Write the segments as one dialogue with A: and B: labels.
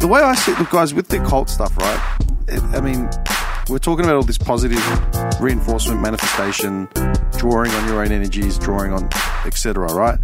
A: the way I see it, look, guys, with the cult stuff, right? It, I mean, we're talking about all this positive reinforcement, manifestation, drawing on your own energies, drawing on etc. Right?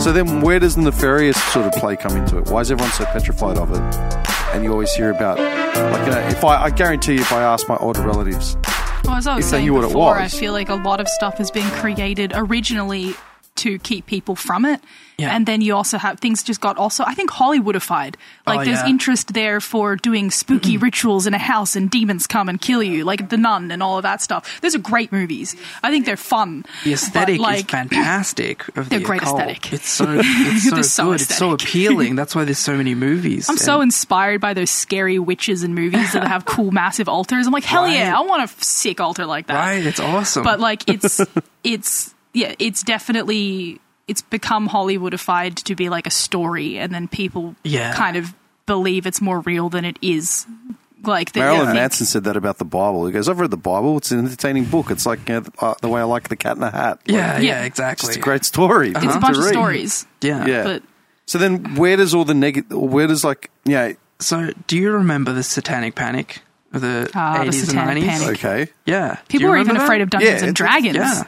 A: So then, where does the nefarious sort of play come into it? Why is everyone so petrified of it? And you always hear about, like, you know, if I, I guarantee, you, if I ask my older relatives,
B: Well, Oh, as I was
A: If they
B: saying
A: knew what it
B: before, I
A: was.
B: feel like a lot of stuff has been created originally to keep people from it.
C: Yeah.
B: And then you also have things just got also I think Hollywoodified. Like
C: Oh,
B: there's
C: yeah.
B: interest there for doing spooky rituals in a house and demons come and kill you, like The Nun and all of that stuff. Those are great movies. I think they're fun.
C: The aesthetic
B: but, like,
C: is fantastic. Of
B: They're
C: the
B: great
C: occult.
B: aesthetic.
C: It's so it's so
B: They're
C: good.
B: so
C: it's so
B: aesthetic.
C: appealing. That's why there's so many movies.
B: I'm so inspired by those scary witches in movies that have cool massive altars. I'm like, hell
C: Right.
B: yeah, I want a f- sick altar like that.
C: right. It's awesome.
B: but like it's it's yeah it's definitely it's become hollywoodified to be like a story and then people
C: Yeah.
B: kind of believe it's more real than it is like they
A: Marilyn
B: think-
A: Manson said that about the Bible. He goes, "I've read the Bible. It's an entertaining book. It's like you know, the, uh, the way I like the Cat in the Hat. Like,
C: yeah, yeah,
B: yeah.
C: exactly.
A: it's a great story.
B: it's a
A: to
B: bunch of
A: read.
B: stories
C: Yeah.
A: Yeah.
B: but
A: So then, where does all the negative? Where does like yeah?
C: So, do you remember the Satanic Panic of the
B: Ah, the
C: 80s and
B: Satanic
C: 90s?
B: Panic.
A: Okay,
C: Yeah. Do
B: people
C: you
B: were even
C: remember that?
B: afraid of dungeons
A: Yeah,
B: and
A: it's-
B: dragons
C: Yeah.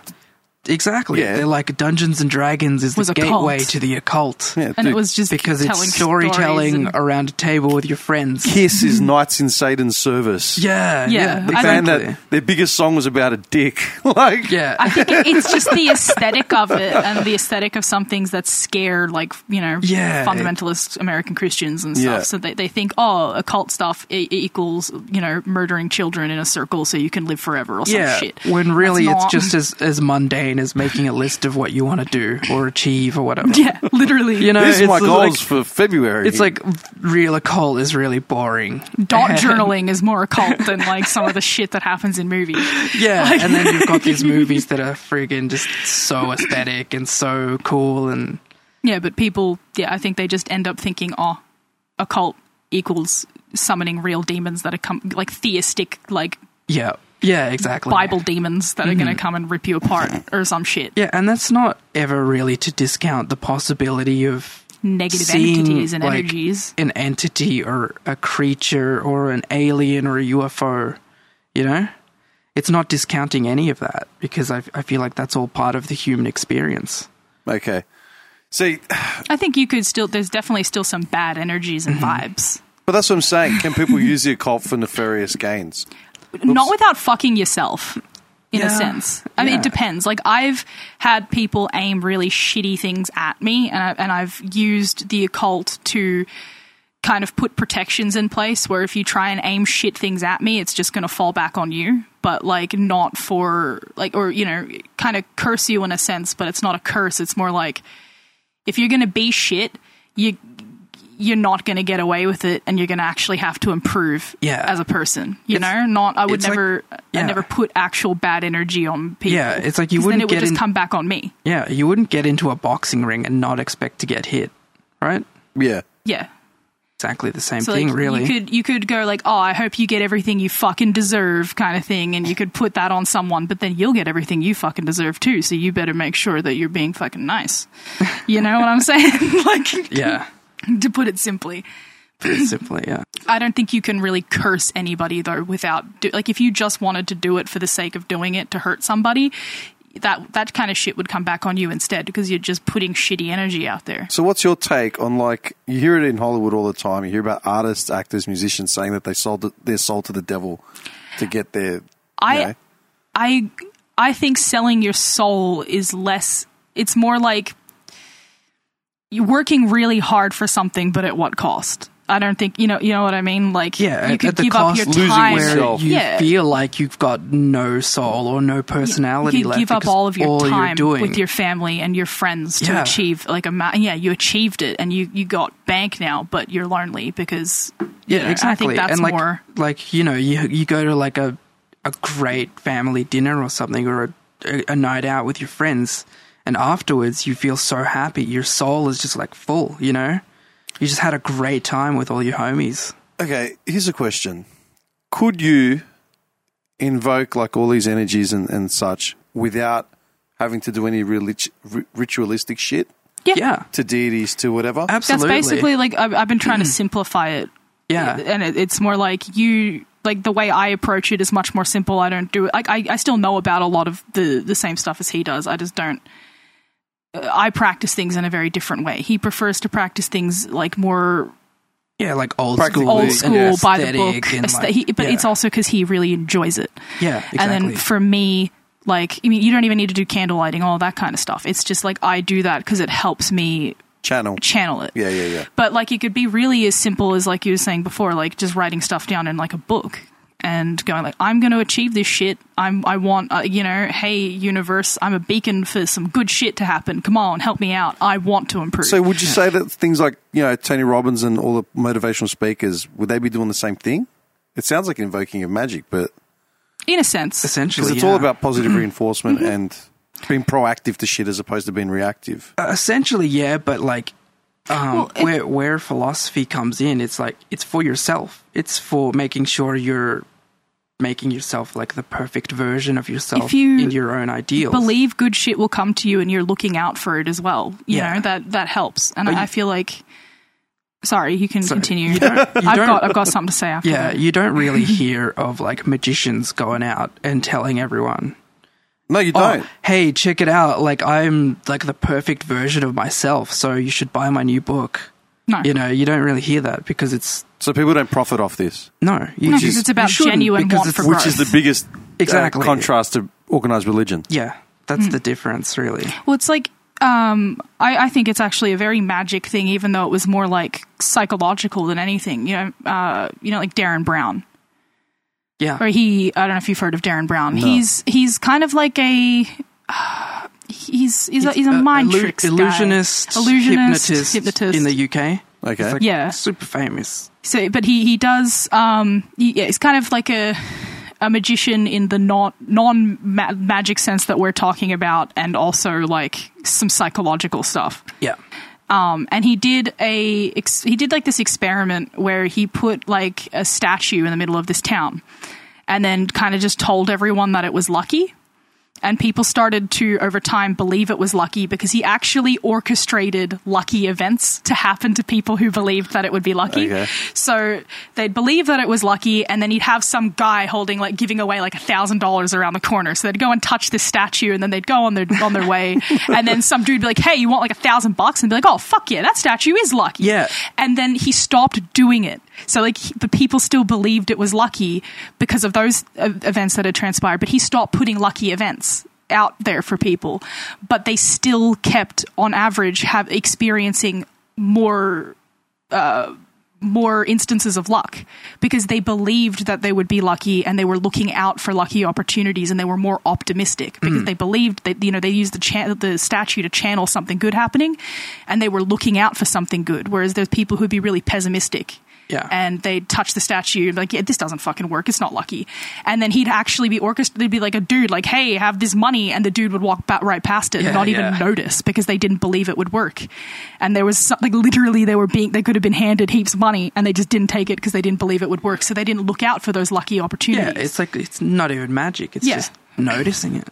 C: Exactly.
A: Yeah.
C: They're like Dungeons and Dragons is
B: Was
C: the
B: a cult.
C: gateway to the occult.
A: yeah.
B: and it
A: dude,
B: was just
C: Because
B: telling
C: it's
B: stories
C: storytelling
B: and-
C: around a table with your friends.
A: Kiss is Knights in Satan's Service.
C: Hmm. Yeah.
B: Yeah,
C: Yeah.
B: I
A: They found
C: Exactly.
A: that their biggest song was about a dick. like
C: Yeah.
B: I think it- it's just the aesthetic of it and the aesthetic of some things that scare, like, you know,
C: Yeah.
B: fundamentalist American Christians and stuff.
A: Yeah.
B: So they, they think, oh, occult stuff I- equals, you know, murdering children in a circle so you can live forever or some
C: yeah,
B: shit.
C: when
B: That's
C: really it's
B: not-
C: just as, as mundane as making a list of what you want to do or achieve or whatever.
B: Yeah, literally.
C: You know,
A: These are
C: it's
A: my goals
C: like,
A: for February.
C: it's like real occult is really boring.
B: Dot journaling is more occult than like some of the shit that happens in movies.
C: Yeah, and then you've got these movies that are friggin' just so aesthetic and so cool and
B: Yeah, but people, yeah, I think they just end up thinking, oh, occult equals summoning real demons that are come like theistic, like
C: yeah, yeah, exactly.
B: Bible demons that are going to come and rip you apart or some shit.
C: Mm-hmm. Yeah, and that's not ever really to discount the possibility of
B: Negative
C: seeing,
B: entities and
C: like,
B: energies.
C: an entity or a creature or an alien or a UFO. You know, it's not discounting any of that because I, I feel like that's all part of the human experience.
A: okay. See,
B: I think you could still. There's definitely still some bad energies and
C: Mm-hmm.
B: vibes.
A: but that's what I'm saying. Can people use the occult for nefarious gains?
B: Not without fucking yourself. In a
C: Yeah.
B: sense, I mean,
C: Yeah.
B: it depends. Like I've had people aim really shitty things at me, and I, and I've used the occult to kind of put protections in place where if you try and aim shit things at me, it's just going to fall back on you. But like not for like or you know kind of curse you in a sense, but it's not a curse. It's more like if you're going to be shit, you you're not going to get away with it, and you're going to actually have to improve
C: Yeah.
B: as a person. You
C: It's-
B: know, not I would
C: it's like-
B: never
C: yeah.
B: I never put actual bad energy on people.
C: Yeah, it's like you
B: 'Cause then
C: wouldn't
B: it would
C: get
B: just
C: in-
B: come back on me.
C: Yeah, you wouldn't get into a boxing ring and not expect to get hit, right?
A: Yeah.
B: Yeah.
C: Exactly the same
B: So
C: thing,
B: like,
C: really.
B: you could you could go like, oh, I hope you get everything you fucking deserve, kind of thing, and you could put that on someone, but then you'll get everything you fucking deserve too. So you better make sure that you're being fucking nice. You know what I'm saying? like,
C: yeah,
B: to put it simply,
C: simply, yeah.
B: I don't think you can really curse anybody though without do- like if you just wanted to do it for the sake of doing it to hurt somebody. That that kind of shit would come back on you instead because you're just putting shitty energy out there.
A: So, what's your take on like you hear it in Hollywood all the time? You hear about artists, actors, musicians saying that they sold it- their soul to the devil to get their. you
B: I-
A: know.
B: I I think selling your soul is less. It's more like you're working really hard for something, but at what cost? I don't think you know. You know what I mean? Like
C: Yeah,
B: you
C: at-
B: could
C: at the
B: give
C: cost
B: up your
A: losing
B: time.
A: where
C: Where you
B: yeah.
C: feel like you've got no soul or no personality
B: you
C: left.
B: give up
C: because
B: all of your
C: you're
B: time
C: doing-
B: with your family and your friends to
C: Yeah.
B: achieve like a ma- yeah you achieved it and you you got bank now but you're lonely because you know,
C: yeah,
B: and
C: exactly.
B: I think that's
C: and like,
B: more
C: like you know, you you go to like a a great family dinner or something, or a, a, a night out with your friends, and afterwards you feel so happy. Your soul is just like full. You know, you just had a great time with all your homies.
A: Okay, here's a question: Could you invoke like all these energies and, and such without having to do any relig- ri- ritualistic shit
B: yeah,
C: Yeah,
A: to deities to whatever?
B: that's
C: absolutely. Mm.
B: basically like I've, I've been trying to simplify it
C: Yeah.
B: and it, it's more like you like the way I approach it is much more simple. I don't do it like I, I still know about a lot of the the same stuff as he does. I just don't. uh, I practice things in a very different way. He prefers to practice things like more
C: Yeah, like old
A: Practically,
C: school,
A: Well,
B: old
A: and
B: school by the book,
C: and,
B: aesthe-
C: like-
B: he, but
C: yeah.
B: it's also because he really enjoys it.
C: yeah,
B: And
C: exactly.
B: then for me, like I mean, you don't even need to do candle lighting, all that kind of stuff. It's just like I do that because it helps me
A: Channel.
B: channel it.
A: Yeah, yeah, yeah.
B: But like it could be really as simple as like you were saying before, like just writing stuff down in like a book and going like I'm going to achieve this shit. I'm I want uh, you know, hey universe, I'm a beacon for some good shit to happen. Come on, help me out. I want to improve.
A: So would you say that things like you know Tony Robbins and all the motivational speakers would they be doing the same thing? It sounds like invoking of magic, but
B: in a sense,
C: essentially,
A: because it's
C: yeah. Mm-hmm.
A: all about positive reinforcement and being proactive to shit as opposed to being reactive.
C: Uh, essentially, yeah, but like um,
B: Well, it-
C: where where philosophy comes in, it's like it's for yourself. It's for making sure you're making yourself like the perfect version of yourself
B: If you
C: in your own ideals.
B: believe good shit will come to you and you're looking out for it as well. You
C: Yeah.
B: know, that that helps. And
C: But
B: I,
C: you-
B: I feel like sorry, you can continue.
C: You don't, you
B: I've
C: don't-
B: got I've got something to say after
C: yeah,
B: that.
C: you don't really hear of like magicians going out and telling everyone,
A: No, you
C: "Oh,
A: don't.
C: hey, check it out! Like I'm like the perfect version of myself, so you should buy my new book."
B: No.
C: You know, you don't really hear that because it's
A: So people don't profit off this,
C: no, you
B: No,
C: just-
B: because it's about
C: you shouldn't
B: genuine
C: because
B: want
C: it's-
B: for
A: which is the biggest uh,
C: Exactly.
A: contrast to organized religion.
C: Yeah, that's
B: Hmm.
C: the difference, really.
B: Well, it's like um, I, I think it's actually a very magic thing, even though it was more like psychological than anything. You know, uh, you know, like Darren Brown,
C: Yeah,
B: or he. I don't know if you've heard of Darren Brown. He's he's kind of like a. He's he's a, he's a mind
C: Uh, illu-
B: tricks guy.
C: illusionist,
B: illusionist,
C: hypnotist, in the UK.
A: Okay,
C: It's like
B: Yeah.
C: super famous.
B: so but he he does um he, yeah, he's kind of like a a magician in the non non ma- magic sense that we're talking about and also like some psychological stuff
C: Yeah,
B: um, and he did a ex- he did like this experiment where he put like a statue in the middle of this town and then kind of just told everyone that it was lucky and people started to over time believe it was lucky because he actually orchestrated lucky events to happen to people who believed that it would be lucky
A: Okay.
B: so they'd believe that it was lucky and then he'd have some guy holding like giving away like a thousand dollars around the corner so they'd go and touch this statue and then they'd go on their on their way and then some dude'd be like hey you want like a thousand bucks and be like oh fuck yeah that statue is lucky
C: Yeah.
B: and then he stopped doing it. So like he- the people still believed it was lucky because of those uh, events that had transpired, but he stopped putting lucky events out there for people. But they still kept on average have experiencing more uh more instances of luck because they believed that they would be lucky and they were looking out for lucky opportunities and they were more optimistic because they believed that you know they used the chan the statue to channel something good happening and they were looking out for something good whereas there's people who'd be really pessimistic
C: Yeah.
B: and they'd touch the statue and be like yeah this doesn't fucking work it's not lucky and then he'd actually be orchestrated there'd be like a dude like hey have this money and the dude would walk ba- right past it
C: Yeah,
B: and not even
C: yeah.
B: notice because they didn't believe it would work. And there was something literally they were being they could have been handed heaps of money and they just didn't take it because they didn't believe it would work. So they didn't look out for those lucky
C: yeah.
B: opportunities.
C: It's like it's not even magic. It's
B: Yeah.
C: just noticing it.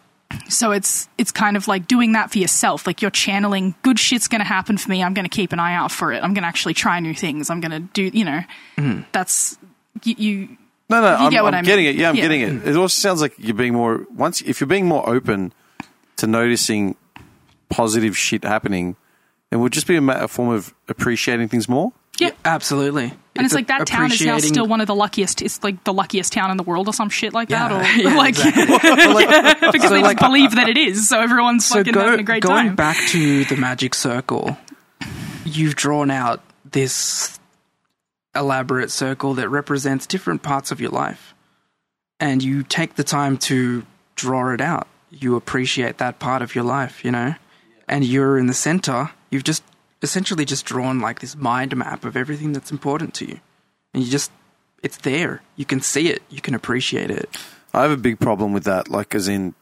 B: so it's it's kind of like doing that for yourself. Like you're channeling good shit's going to happen for me. I'm going to keep an eye out for it. I'm going to actually try new things. I'm going to do, you know.
C: Mm-hmm.
B: That's you, you
A: No, no, I'm,
B: get what
A: I'm
B: I mean.
A: getting it. Yeah, I'm
B: Yeah.
A: getting it. It also sounds like you're being more once if you're being more open to noticing positive shit happening, it would just be a, ma- a form of appreciating things more.
B: yeah.
C: Absolutely.
B: And it's, like that town is now
C: appreciating-
B: still one of the luckiest. It's like the luckiest town in the world, or some shit like
C: Yeah.
B: that, or
C: Yeah,
B: like
C: exactly. But, like,
B: because they just believe that it is. So everyone's
C: so
B: fucking
C: go-
B: having a great
C: going
B: time.
C: back to the magic circle, you've drawn out this elaborate circle that represents different parts of your life, and you take the time to draw it out. You appreciate that part of your life, you know, and you're in the center. You've just essentially just drawn like this mind map of everything that's important to you, and you just it's there. You can see it. You can appreciate it.
A: I have a big problem with that. Like, as in,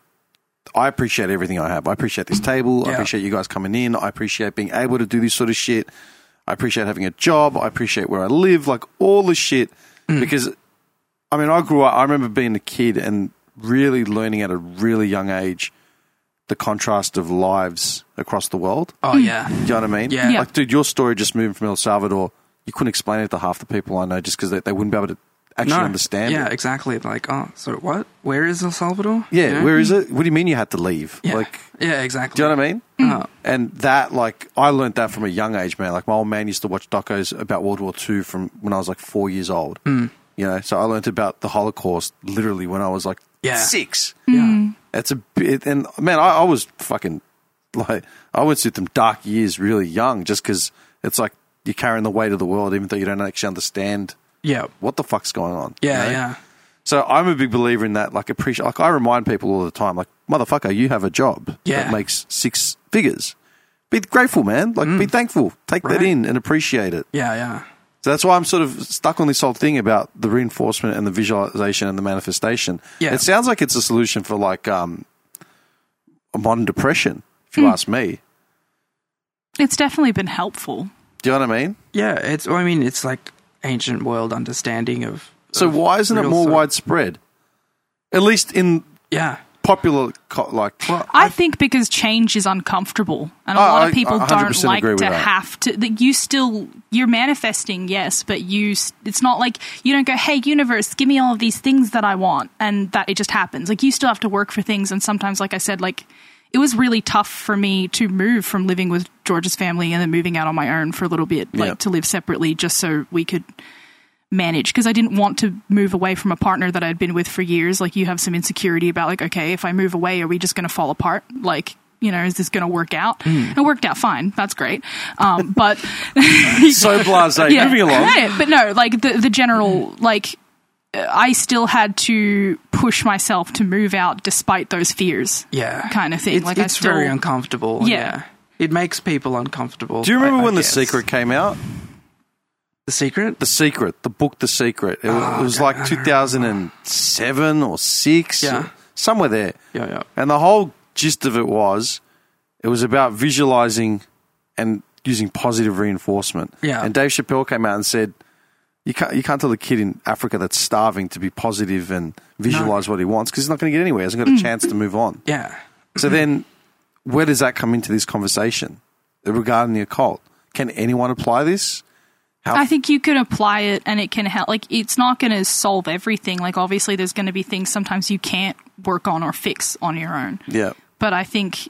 A: I appreciate everything I have. I appreciate this table. I
C: Yeah.
A: appreciate you guys coming in. I appreciate being able to do this sort of shit. I appreciate having a job. I appreciate where I live. Like all the shit.
C: Mm.
A: Because, I mean, I grew up. I remember being a kid and really learning at a really young age the contrast of lives across the world.
C: Oh yeah,
A: Do you know what I mean?
C: Yeah. Yeah.
A: Like, dude, your story just moving from El Salvador. you couldn't explain it to half the people I know just because they, they wouldn't be able to actually understand
C: Yeah,
A: it.
C: exactly. Like, oh, so what? Where is El Salvador?
A: Yeah,
C: You know?
A: where is it? What do you mean you had to leave?
C: Yeah.
A: Like,
C: yeah, exactly.
A: do you know what I mean?
C: Uh,
A: And that, like, I learnt that from a young age, man. Like, my old man used to watch docos about World War II from when I was like four years old. Mm. You know, so I learnt about the Holocaust literally when I was like
C: Yeah. Mm.
A: six.
C: yeah.
A: It's a bit, and man, I, I was fucking like, I went through them dark years really young just because it's like you're carrying the weight of the world, even though you don't actually understand
C: Yeah.
B: Mm.
A: what the fuck's going on. you
C: Yeah,
A: know?
C: yeah.
A: So I'm a big believer in that. Like, appreciate. Like, I remind people all the time, like, motherfucker, you have a job
C: Yeah.
A: that makes six figures. Be grateful, man. Like, be thankful. Take
C: Mm. Right.
A: that in and appreciate it.
C: Yeah, yeah.
A: So that's why I'm sort of stuck on this whole thing about the reinforcement and the visualization and the manifestation.
C: Yeah.
A: It sounds like it's a solution for like um, a modern depression, if
C: Hmm.
A: you ask me.
B: It's definitely been helpful.
A: Do you know what I mean?
C: Yeah, it's I mean it's like ancient world understanding of
A: So why isn't it
C: real
A: more
C: sort of-
A: widespread? At least in
C: Yeah.
A: popular, co- like,
B: I think because change is uncomfortable, and a
A: Oh,
B: lot
A: I-
B: of people
A: I 100%
B: don't like
A: agree with
B: to
A: that.
B: have to. That you still you're manifesting, yes, but you s- it's not like you don't go, "Hey, universe, give me all of these things that I want," and that it just happens. Like you still have to work for things, and sometimes, like I said, like it was really tough for me to move from living with George's family and then moving out on my own for a little bit, like
A: Yeah.
B: to live separately, just so we could manage because I didn't want to move away from a partner that I'd been with for years. Like you have some insecurity about like, okay, if I move away, are we just going to fall apart? Like, you know, is this going to work out?
A: Hmm.
B: It worked out fine. That's great. Um, but
A: so blase.
B: yeah.
A: Moving along.
B: Hey, but no, like the the general like uh, I still had to push myself to move out despite those fears.
C: Yeah.
B: Kind of thing.
C: It's,
B: Like, I
C: it's
B: still-
C: very uncomfortable. Yeah.
B: Yeah.
C: It makes people uncomfortable.
A: Do you
C: I-
A: remember
C: I
A: when The
C: guess.
A: Secret came out?
C: The secret?
A: The Secret, the book The Secret. It,
C: Oh,
A: was it was like 2007 or 6,
C: Yeah.
A: somewhere there.
C: Yeah, yeah.
A: And the whole gist of it was it was about visualizing and using positive reinforcement.
C: Yeah.
A: And Dave Chappelle came out and said, you can't, you can't tell the kid in Africa that's starving to be positive and visualize what he wants because he's not going to get anywhere. He hasn't got a chance to move on.
C: Mm. Yeah.
A: So then, where does that come into this conversation regarding the occult? Can anyone apply this?
B: I think you can apply it and it can help. Like, it's not going to solve everything. Like, obviously, there's going to be things sometimes you can't work on or fix on your own.
A: Yeah.
B: But I think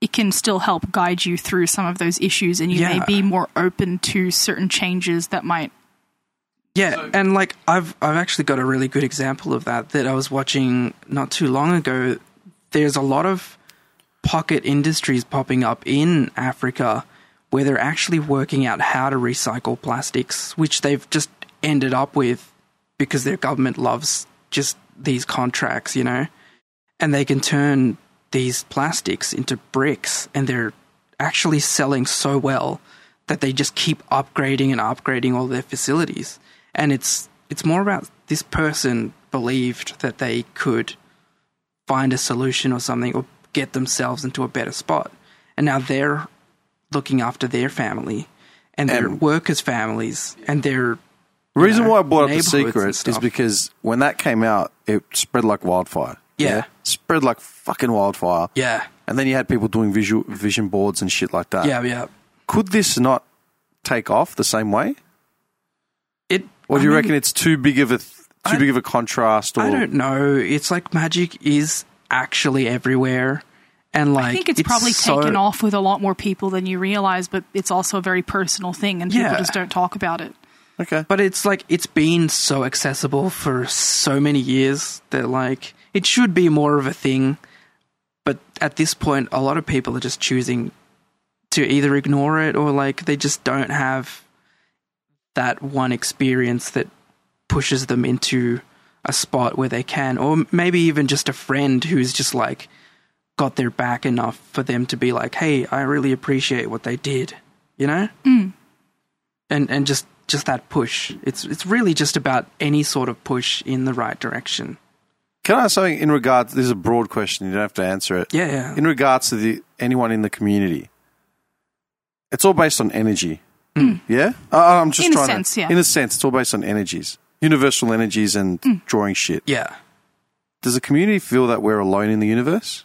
B: it can still help guide you through some of those issues and you
C: Yeah.
B: may be more open to certain changes that might.
C: Yeah, and like I've I've actually got a really good example of that that I was watching not too long ago. There's a lot of pocket industries popping up in Africa where they're actually working out how to recycle plastics, which they've just ended up with because their government loves just these contracts, you know. And they can turn these plastics into bricks and they're actually selling so well that they just keep upgrading and upgrading all their facilities. And it's it's more about this person believed that they could find a solution or something or get themselves into a better spot. And now they're looking after their family and their
A: And-
C: workers' families and their
A: The reason
C: know,
A: why I brought up the
C: neighborhoods and
A: secret is
C: stuff.
A: because when that came out, it spread like wildfire.
C: Yeah.
A: spread like fucking wildfire.
C: Yeah.
A: and then you had people doing visual vision boards and shit like that.
C: Yeah, yeah.
A: could this not take off the same way,
C: It
A: or do
C: I
A: you
C: mean,
A: reckon it's too big of a th- too
C: I-
A: big of a contrast? Or
C: I don't know. It's like magic is actually everywhere, and like
B: I think it's, probably
C: so-
B: taken off with a lot more people than you realize, but it's also a very personal thing and people
C: Yeah.
B: just don't talk about it.
A: okay,
C: But it's like it's been so accessible for so many years that like it should be more of a thing. But at this point, a lot of people are just choosing to either ignore it or like they just don't have that one experience that pushes them into a spot where they can, or maybe even just a friend who's just like got their back enough for them to be like, "Hey, I really appreciate what they did," you know and and just just that push. It's it's really just about any sort of push in the right direction.
A: can I ask something in regards? This is a broad question. You don't have to answer it.
C: Yeah, yeah.
A: in regards to the anyone in the community, it's all based on energy. Yeah, I, I'm just
B: Hmm. In a
A: trying.
B: sense,
A: to,
B: yeah.
A: In a sense, it's all based on energies, universal energies, and
B: Hmm.
A: drawing shit.
C: yeah.
A: Does the community feel that we're alone in the universe?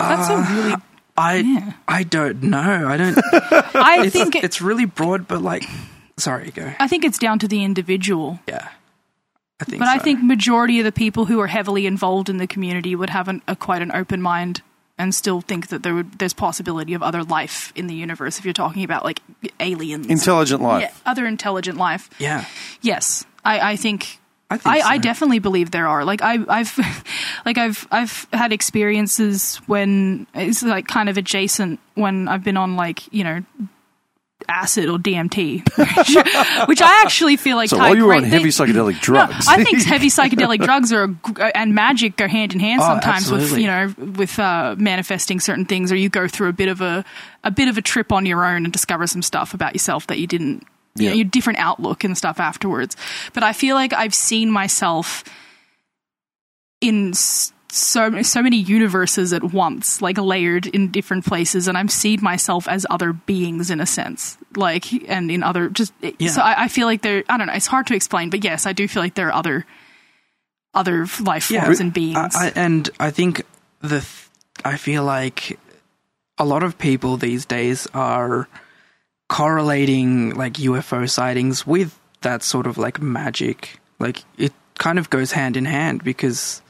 C: Uh,
B: That's a really
C: I
B: Yeah.
C: I don't know. I don't.
B: I
C: it's,
B: think it,
C: it's really broad, but like, sorry, go.
B: I think it's down to the individual.
C: Yeah, I think.
B: But I
C: so.
B: think majority of the people who are heavily involved in the community would have an, a quite an open mind and still think that there would there's possibility of other life in the universe. If you're talking about like aliens,
A: Intelligent life.
B: yeah, other intelligent life.
C: Yeah,
B: Yes, I, I think.
C: I
B: I,
C: think
B: I,
C: so.
B: definitely believe there are. Like I, I've, like I've, I've had experiences when it's like kind of adjacent when I've been on like you know acid or DMT, which, which I actually feel like.
A: So
B: tie
A: while you were
B: great
A: on heavy
B: thing-
A: psychedelic drugs,
B: no, I think heavy psychedelic drugs are g- and magic go hand in hand
C: Oh,
B: sometimes with
C: absolutely.
B: you know with uh, manifesting certain things, or you go through a bit of a a bit of a trip on your own and discover some stuff about yourself that you didn't, you
A: Yeah.
B: know, your different outlook and stuff afterwards. But I feel like I've seen myself in s- so so many universes at once, like layered in different places, and I've seen myself as other beings in a sense, like and in other just.
C: Yeah.
B: So I, I feel like there. I don't know. It's hard to explain, but yes, I do feel like there are other other life
C: yeah.
B: forms and beings.
C: I, I, and I think the th- I feel like a lot of people these days are correlating like UFO sightings with that sort of like magic. Like it kind of goes hand in hand because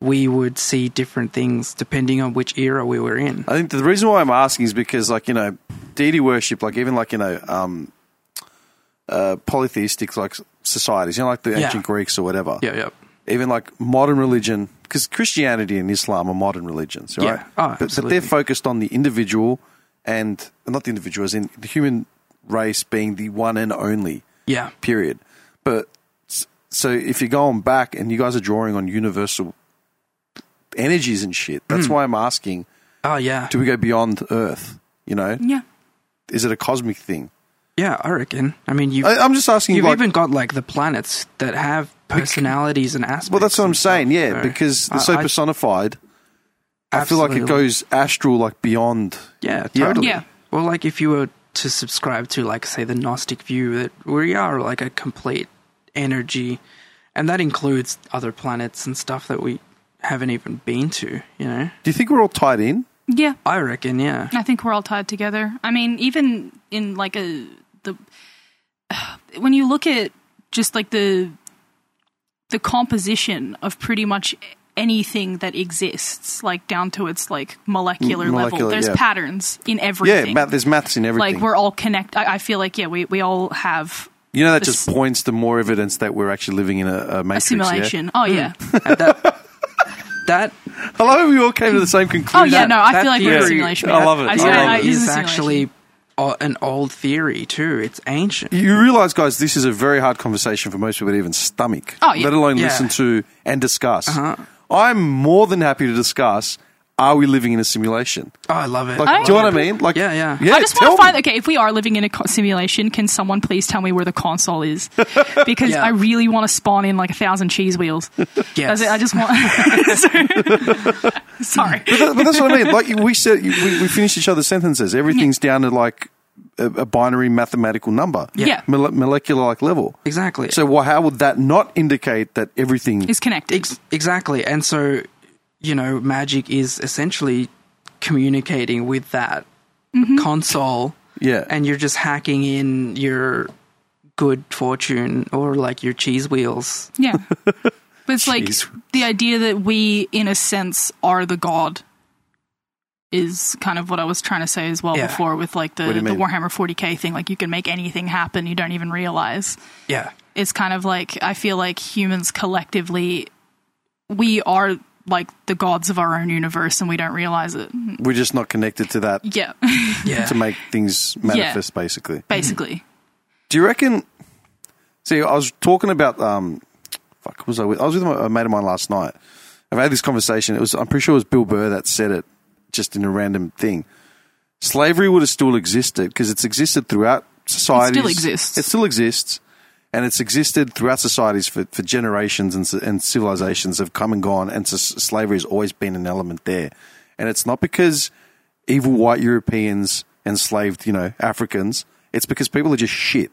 C: we would see different things depending on which era we were in.
A: I think the reason why I'm asking is because, like, you know, deity worship, like, even like, you know, um, uh, polytheistic, like, societies, you know, like the
C: Yeah.
A: ancient Greeks or whatever.
C: Yeah, yeah.
A: Even like modern religion, because Christianity and Islam are modern religions, right?
C: Yeah. Oh,
A: but, but
C: absolutely.
A: they're focused on the individual and not the individual, as in the human race being the one and only
C: Yeah.
A: period. But s- so if you're going back and you guys are drawing on universal energies and shit, that's
C: Hmm.
A: why I'm asking
C: Oh yeah.
A: do we go beyond Earth? You know,
B: yeah.
A: is it a cosmic thing?
C: Yeah, I reckon. I mean, you
A: I, I'm just asking.
C: You've
A: like,
C: even got like the planets that have personalities and aspects.
A: well, that's what I'm
C: and stuff,
A: saying. Yeah,
C: so-
A: because they're
C: I-
A: so
C: I-
A: personified. I feel like it
C: Absolutely.
A: goes astral, like beyond.
C: Yeah,
A: Yeah.
C: totally.
B: Yeah.
C: Well, like if you were to subscribe to like say the Gnostic view that we are like a complete energy, and that includes other planets and stuff that we haven't even been to. You know,
A: Do you think we're all tied in?
B: Yeah.
C: I reckon. Yeah.
B: I think we're all tied together. I mean, even in like a the when you look at just like the the composition of pretty much anything that exists, like down to its like molecular,
A: M- molecular,
B: level, there's
A: yeah.
B: patterns in
A: Yeah,
B: everything.
A: math, there's maths in everything.
B: like we're all connect. I, I feel like yeah, we we all have
A: you know, that
B: this-
A: just points to more evidence that we're actually living in a, a
B: a
A: matrix. yeah? Hmm.
B: simulation. Oh yeah.
C: And that that
A: I love how we all came to the same
B: Oh
A: conclusion.
B: yeah. No, I
C: That
B: feel like we're in a
C: theory-
B: simulation.
A: I love it.
B: I,
A: I
B: said
A: love
B: I-
A: it.
B: it's a
C: is
B: simulation.
C: actually uh, an old theory too. It's ancient.
A: You realize, guys, this is a very hard conversation for most people to even stomach,
B: Oh, yeah. Uh-huh.
A: let alone
C: Yeah.
A: listen to and discuss. I'm more than happy to discuss. Are we living in a simulation?
C: Oh, I love it.
A: Like,
B: I don't-
A: do you know what I mean? Like,
C: Yeah, yeah.
B: I just
A: tell
B: want to find
A: me.
B: okay. If we are living in a co- simulation, can someone please tell me where the console is? Because
C: Yeah.
B: I really want to spawn in like a thousand cheese wheels. That's
C: Yes.
B: it. I just want. Sorry.
A: But that's what I mean. Like we said, we, we finished each other's sentences. Everything's down to like a, a binary mathematical number,
B: Yeah.
A: Mole- molecular like level.
C: exactly.
A: So, why, how would that not indicate that everything?
B: It's connected.
C: Ex- exactly. And so, you know, magic is essentially communicating with that console.
A: Yeah.
C: And you're just hacking in your good fortune or like your cheese wheels.
B: yeah. But it's like
A: Jeez.
B: the idea that we, in a sense, are the god is kind of what I was trying to say as well
C: Yeah.
B: before with like the,
A: do
B: the
A: you mean?
B: Warhammer 40k thing. Like you can make anything happen. You don't even realize.
C: Yeah.
B: it's kind of like I feel like humans collectively we are like the gods of our own universe and we don't realize it.
A: We're just not connected to that
B: Yeah.
C: Yeah.
A: to make things manifest, basically.
B: Basically.
A: Do you reckon? See, I was talking about um, fuck was I with? I was with my- a mate of mine last night. I've had this conversation. It was I'm pretty sure it was Bill Burr that said it, just in a random thing. Slavery would have still existed because it's existed throughout societies.
B: exists.
A: It still exists, and it's existed throughout societies for, for generations, and, c- and civilizations have come and gone, and s slavery has always been an element there. And it's not because evil white Europeans enslaved, you know, Africans. It's because people are just shit.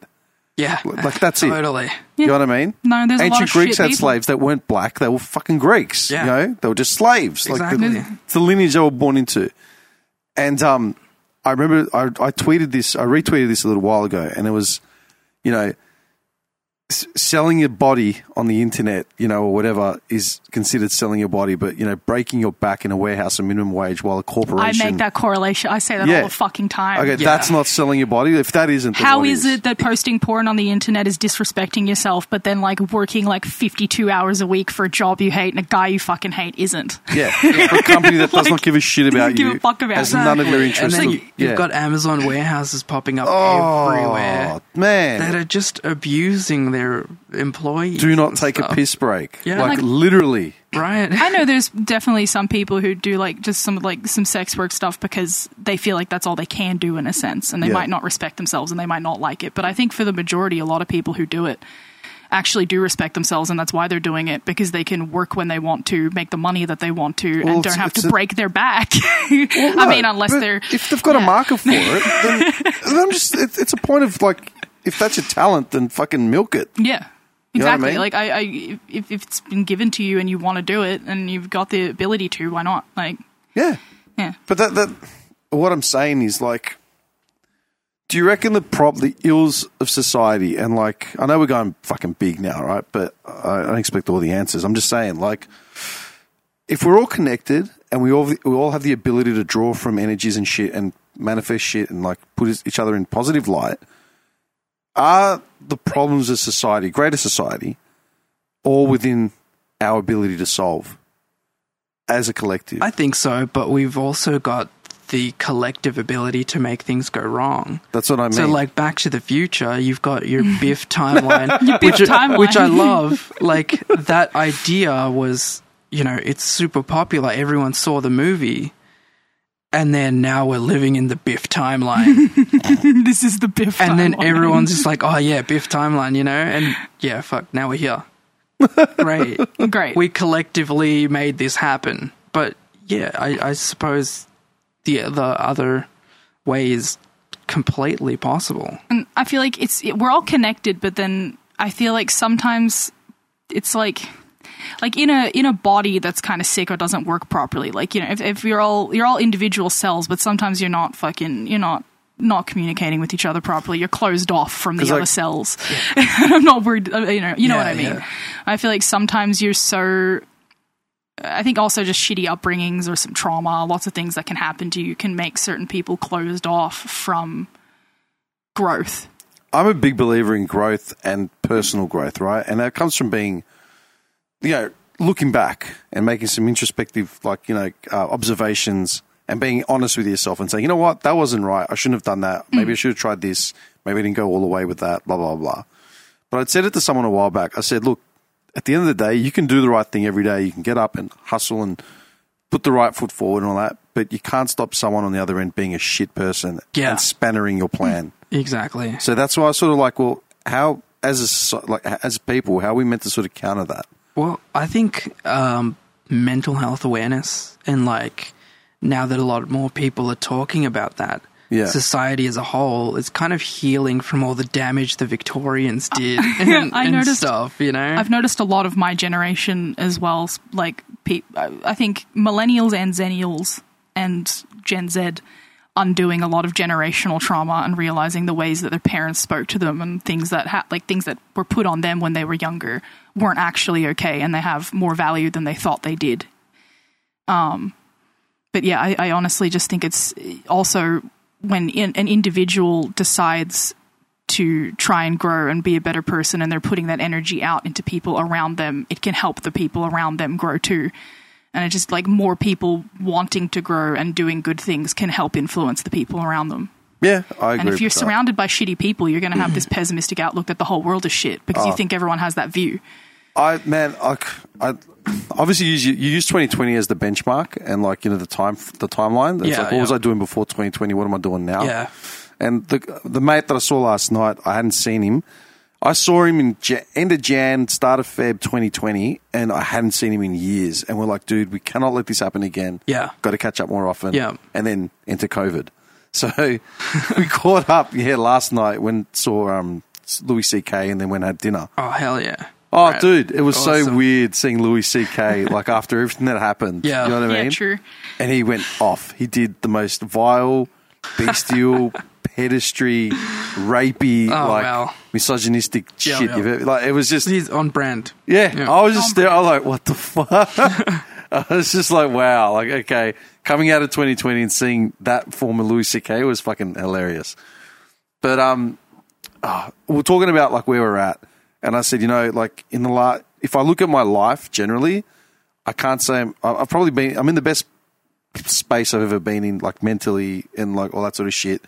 C: Yeah.
A: Like, that's it.
C: totally.
A: You know what I mean?
B: No, there's a lot
A: ancient
B: of
A: Greeks
B: shit
A: had
B: people.
A: slaves that weren't black; they were fucking Greeks.
C: Yeah.
A: You know, they were just slaves. Like the,
C: Exactly.
A: it's the lineage they were born into. And um, I remember I, I tweeted this, I retweeted this a little while ago, and it was, you know, s- selling your body on the internet, you know, or whatever is considered selling your body, but, you know, breaking your back in a warehouse at minimum wage while a
B: I
A: corporation.
B: make that correlation. I say that
A: Yeah.
B: all the fucking time.
A: Okay,
C: Yeah.
A: that's not selling your body. If that isn't, then
B: How
A: what
B: is it that posting porn on the internet is disrespecting yourself, but then like working like 52 hours a week for a job you hate and a guy you fucking hate isn't?
A: Yeah, for a company that does
B: Like,
A: not give a shit
B: doesn't
A: about
B: give
A: you,
B: a fuck about
A: has
B: you.
A: none of your interest.
C: And then
A: in-
C: you,
A: yeah.
C: have got Amazon warehouses popping up
A: oh,
C: everywhere
A: man.
C: that are just abusing their employees.
A: do not
C: and
A: take
C: stuff,
A: a piss break.
C: Yeah.
A: Like,
B: Like-
A: literally.
C: right?
B: I know there's definitely some people who do like just some like some sex work stuff because they feel like that's all they can do in a sense, and they
A: Yeah.
B: might not respect themselves and they might not like it. But I think for the majority, a lot of people who do it actually do respect themselves, and that's why they're doing it because they can work when they want to, make the money that they want to,
A: Well,
B: and
A: it's-
B: don't have
A: it's
B: to
A: a-
B: break their back. I
A: No,
B: mean, unless
A: but
B: they're
A: if they've got a market for it, then, then I'm just. It, it's a point of like, if that's your talent, then fucking milk it.
B: Yeah.
A: know what I
B: Exactly.
A: mean?
B: Like I, I if, if it's been given to you and you want to do it and you've got the ability to, why not? Like,
A: Yeah.
B: yeah.
A: But that that what I'm saying is like, do you reckon the prop the ills of society and like I know we're going fucking big now, right? But I I don't expect all the answers. I'm just saying like, if we're all connected and we all we all have the ability to draw from energies and shit and manifest shit and like put is- each other in positive light, are the problems of society, greater society, all within our ability to solve as a collective?
C: I think so, but we've also got the collective ability to make things go wrong.
A: That's what I mean.
C: So, like Back to the Future, you've got your Biff timeline,
B: Biff
C: which,
B: timeline.
C: which I love. Like that idea was, you know, it's super popular. Everyone saw the movie, and then now we're living in the Biff timeline,
B: this is the biff.
C: and then
B: timeline.
C: everyone's just like, "Oh yeah, Biff timeline," you know, and yeah, fuck, now we're here. Great,
B: great.
C: we collectively made this happen. But yeah, I, I suppose the the other way is completely possible.
B: and I feel like it's it, we're all connected, but then I feel like sometimes it's like like in a in a body that's kind of sick or doesn't work properly. Like you know, if, if you're all you're all individual cells, but sometimes you're not fucking you're not not communicating with each other properly. You're closed off from the
A: 'Cause,
B: other
A: like-
B: cells. I'm not worried. uh, You know, you know
C: Yeah,
B: what I mean.
C: yeah.
B: I feel like sometimes you're so I think also just shitty upbringings or some trauma, lots of things that can happen to you can make certain people closed off from growth.
A: I'm a big believer in growth and personal growth, right? And that comes from being, you know, looking back and making some introspective, like, you know, uh, observations and being honest with yourself and saying, you know what, that wasn't right. I shouldn't have done that. Maybe I should have tried this. Maybe I didn't go all the way with that, blah, blah, blah. But I'd said it to someone a while back. I said, look, at the end of the day, you can do the right thing every day. You can get up and hustle and put the right foot forward and all that, but you can't stop someone on the other end being a shit person
C: Yeah.
A: and spannering your plan.
C: Exactly.
A: So that's why I sort of like, well, how as a so- like as people, how are we meant to sort of counter that?
C: Well, I think um, mental health awareness and like now that a lot more people are talking about that,
A: Yeah.
C: society as a whole is kind of healing from all the damage the Victorians did and,
B: I
C: and
B: noticed-
C: stuff. You know,
B: I've noticed a lot of my generation as well. s- Like, pe- I I think millennials and zennials and Gen Z undoing a lot of generational trauma and realizing the ways that their parents spoke to them and things that ha- like things that were put on them when they were younger weren't actually okay, and they have more value than they thought they did. Um, but yeah, I, I honestly just think it's eh, also when in, an individual decides to try and grow and be a better person and they're putting that energy out into people around them it can help the people around them grow too and it's just like more people wanting to grow and doing good things can help influence the people around them
A: Yeah, I agree.
B: and if you're
A: with that.
B: surrounded by shitty people you're going to have this pessimistic outlook that the whole world is shit because
A: Ah.
B: you think everyone has that view
A: I man, I, I obviously use you use 2020 as the benchmark and like you know the time the timeline. It's
C: Yeah,
A: like, what was
C: yeah.
A: I doing before 2020? What am I doing now?
C: Yeah.
A: And the the mate that I saw last night, I hadn't seen him. I saw him in Ja- end of Jan, start of Feb 2020, and I hadn't seen him in years. And we're like, dude, we cannot let this happen again.
C: Yeah.
A: got to catch up more often.
C: Yeah.
A: and then enter COVID. So we caught up, yeah, last night when saw um, Louis C.K. and then went and had dinner.
C: oh hell yeah,
A: Oh,
C: Right.
A: dude, it was so
C: Awesome.
A: weird seeing Louis C.K. like after everything that happened.
C: Yeah.
A: you know what I
B: Yeah,
A: mean.
B: true.
A: And he went off. He did the most vile, bestial, pedestry, rapey,
C: Oh,
A: like
C: wow.
A: misogynistic
C: Yeah,
A: shit.
C: yeah.
A: You've ever, like it was just
C: He's on brand.
A: yeah.
C: Yeah.
A: I was just there. I was like, what the fuck? I was just like, wow. Like okay, coming out of 2020 and seeing that form of Louis C.K. was fucking hilarious. But um, we we're talking about like where we're at, and I said, you know, like in the la if I look at my life generally, I can't say I'm, I- I've probably been. I'm in the best space I've ever been in, like mentally and like all that sort of shit.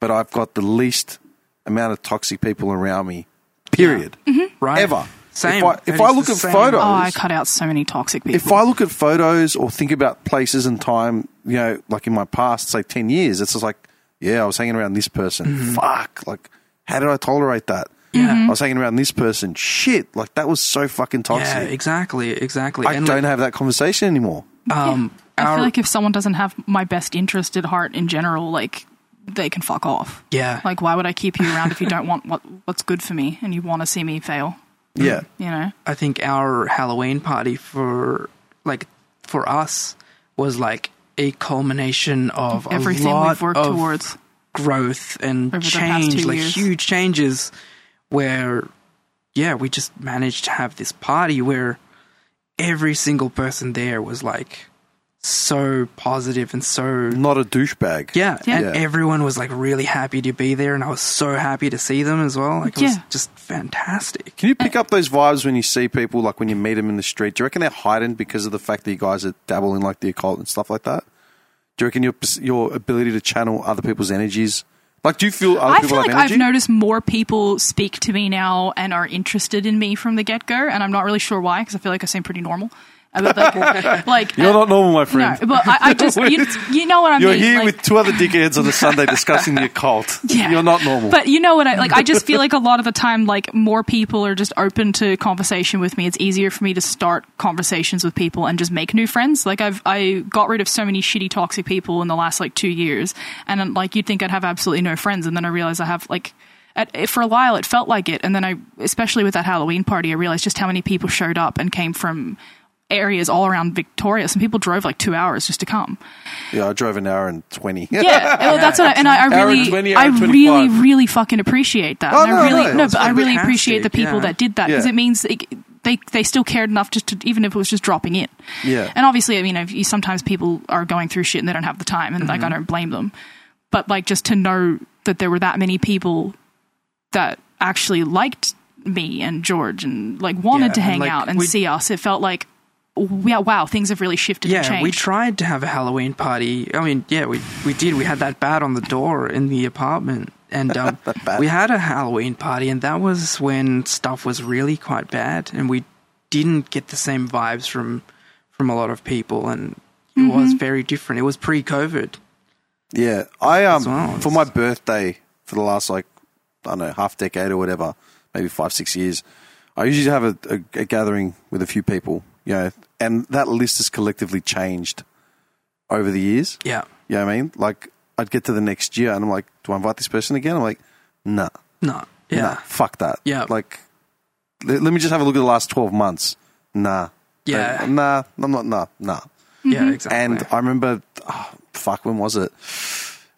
A: But I've got the least amount of toxic people around me. Period.
C: Right.
A: Ever.
C: Same.
A: If I-
C: That
A: if
C: is
A: I look
C: the
A: at
C: same.
A: photos-
B: Oh, I cut out so many toxic people.
A: If I look at photos or think about places and time, you know, like in my past, say ten years, it's just like, yeah, I was hanging around this person. Fuck, like, how did I tolerate that?
C: Mm-hmm. Yeah.
A: I was hanging around this person. Shit, like that was so fucking toxic.
C: Yeah, exactly, exactly.
A: I
C: and
A: don't
C: like,
A: have that conversation anymore.
C: um,
B: I
C: our-
B: feel like if someone doesn't have my best interest at heart in general, like they can fuck off.
C: yeah,
B: Like, why would I keep you around if you don't want what what's good for me and you want to see me fail?
C: Mm.
A: Yeah,
B: You know,
C: I think our Halloween party for like for us was like a culmination of a
B: everything
C: lot
B: we've worked
C: of
B: towards.
C: growth and
B: Over the past
C: change,
B: two
C: like
B: years.
C: huge changes. Where, yeah, we just managed to have this party where every single person there was like so positive and so
A: not a douchebag.
C: Yeah,
B: Yeah.
C: and
A: Yeah.
C: everyone was like really happy to be there, and I was so happy to see them as well. Like it was
B: Yeah.
C: just fantastic.
A: Can you pick up those vibes when you see people, like when you meet them in the street? Do you reckon they're heightened because of the fact that you guys are dabbling in like the occult and stuff like that? Do you reckon your your ability to channel other people's energies? Like, do you feel other
B: I
A: people
B: feel like
A: have energy?
B: I've noticed more people speak to me now and are interested in me from the get go, and I'm not really sure why because I feel like I seem pretty normal. Uh, but, like, like
A: You're not normal, my
B: no,
A: friend.
B: but I, I just you, you know what I
A: You're
B: mean.
A: here
B: like-
A: with two other dickheads on a Sunday discussing the occult.
B: Yeah.
A: You're not normal.
B: But you know what I like I just feel like a lot of the time like more people are just open to conversation with me. It's easier for me to start conversations with people and just make new friends. Like I've I got rid of so many shitty toxic people in the last like 2 years and then, like you'd think I'd have absolutely no friends and then I realized I have like at, it- for a while it felt like it and then I especially with that Halloween party I realized just how many people showed up and came from areas all around Victoria. Some people drove like 2 hours just to come.
A: yeah, I drove an hour and 20.
B: Yeah, well, that's what I, and I, I
A: Hour and
B: really,
A: 20, hour
B: I
A: and
B: really,
A: 25.
B: really fucking appreciate that.
A: Oh,
B: and
A: no,
B: I really,
A: no,
B: no,
A: it's
B: but I really
C: fantastic,
B: appreciate the people
C: yeah.
B: that did that because
A: Yeah.
B: it means it, they they still cared enough just to even if it was just dropping in.
A: Yeah.
B: And obviously, I mean, if you, sometimes people are going through shit and they don't have the time, and like
C: Mm-hmm.
B: I don't blame them. But like just to know that there were that many people that actually liked me and George and like wanted
C: Yeah,
B: to
C: and,
B: hang
C: like,
B: out and
C: we-
B: see us, it felt like. oh, Yeah, wow, things have really shifted and
C: Yeah,
B: changed.
C: we tried to have a Halloween party. I mean, yeah, we we did. We had that bat on the door in the apartment, and um, we had a Halloween party, and that was when stuff was really quite bad, and we didn't get the same vibes from from a lot of people, and it was very different. It was pre-COVID.
A: Yeah, I um
C: well.
A: for my birthday for the last like I don't know half decade or whatever, maybe five six years, I usually have a, a, a gathering with a few people, you know, and that list has collectively changed over the years.
C: Yeah,
A: You know what I mean? Like I'd get to the next year and I'm like, do I invite this person again? I'm like, nah,
C: no, yeah,
A: nah, fuck that.
C: Yeah.
A: like let, let me just have a look at the last twelve months. Nah,
C: Yeah.
A: Don't- nah, I'm not nah, nah.
C: yeah, exactly.
A: And I remember, oh, fuck, when was it?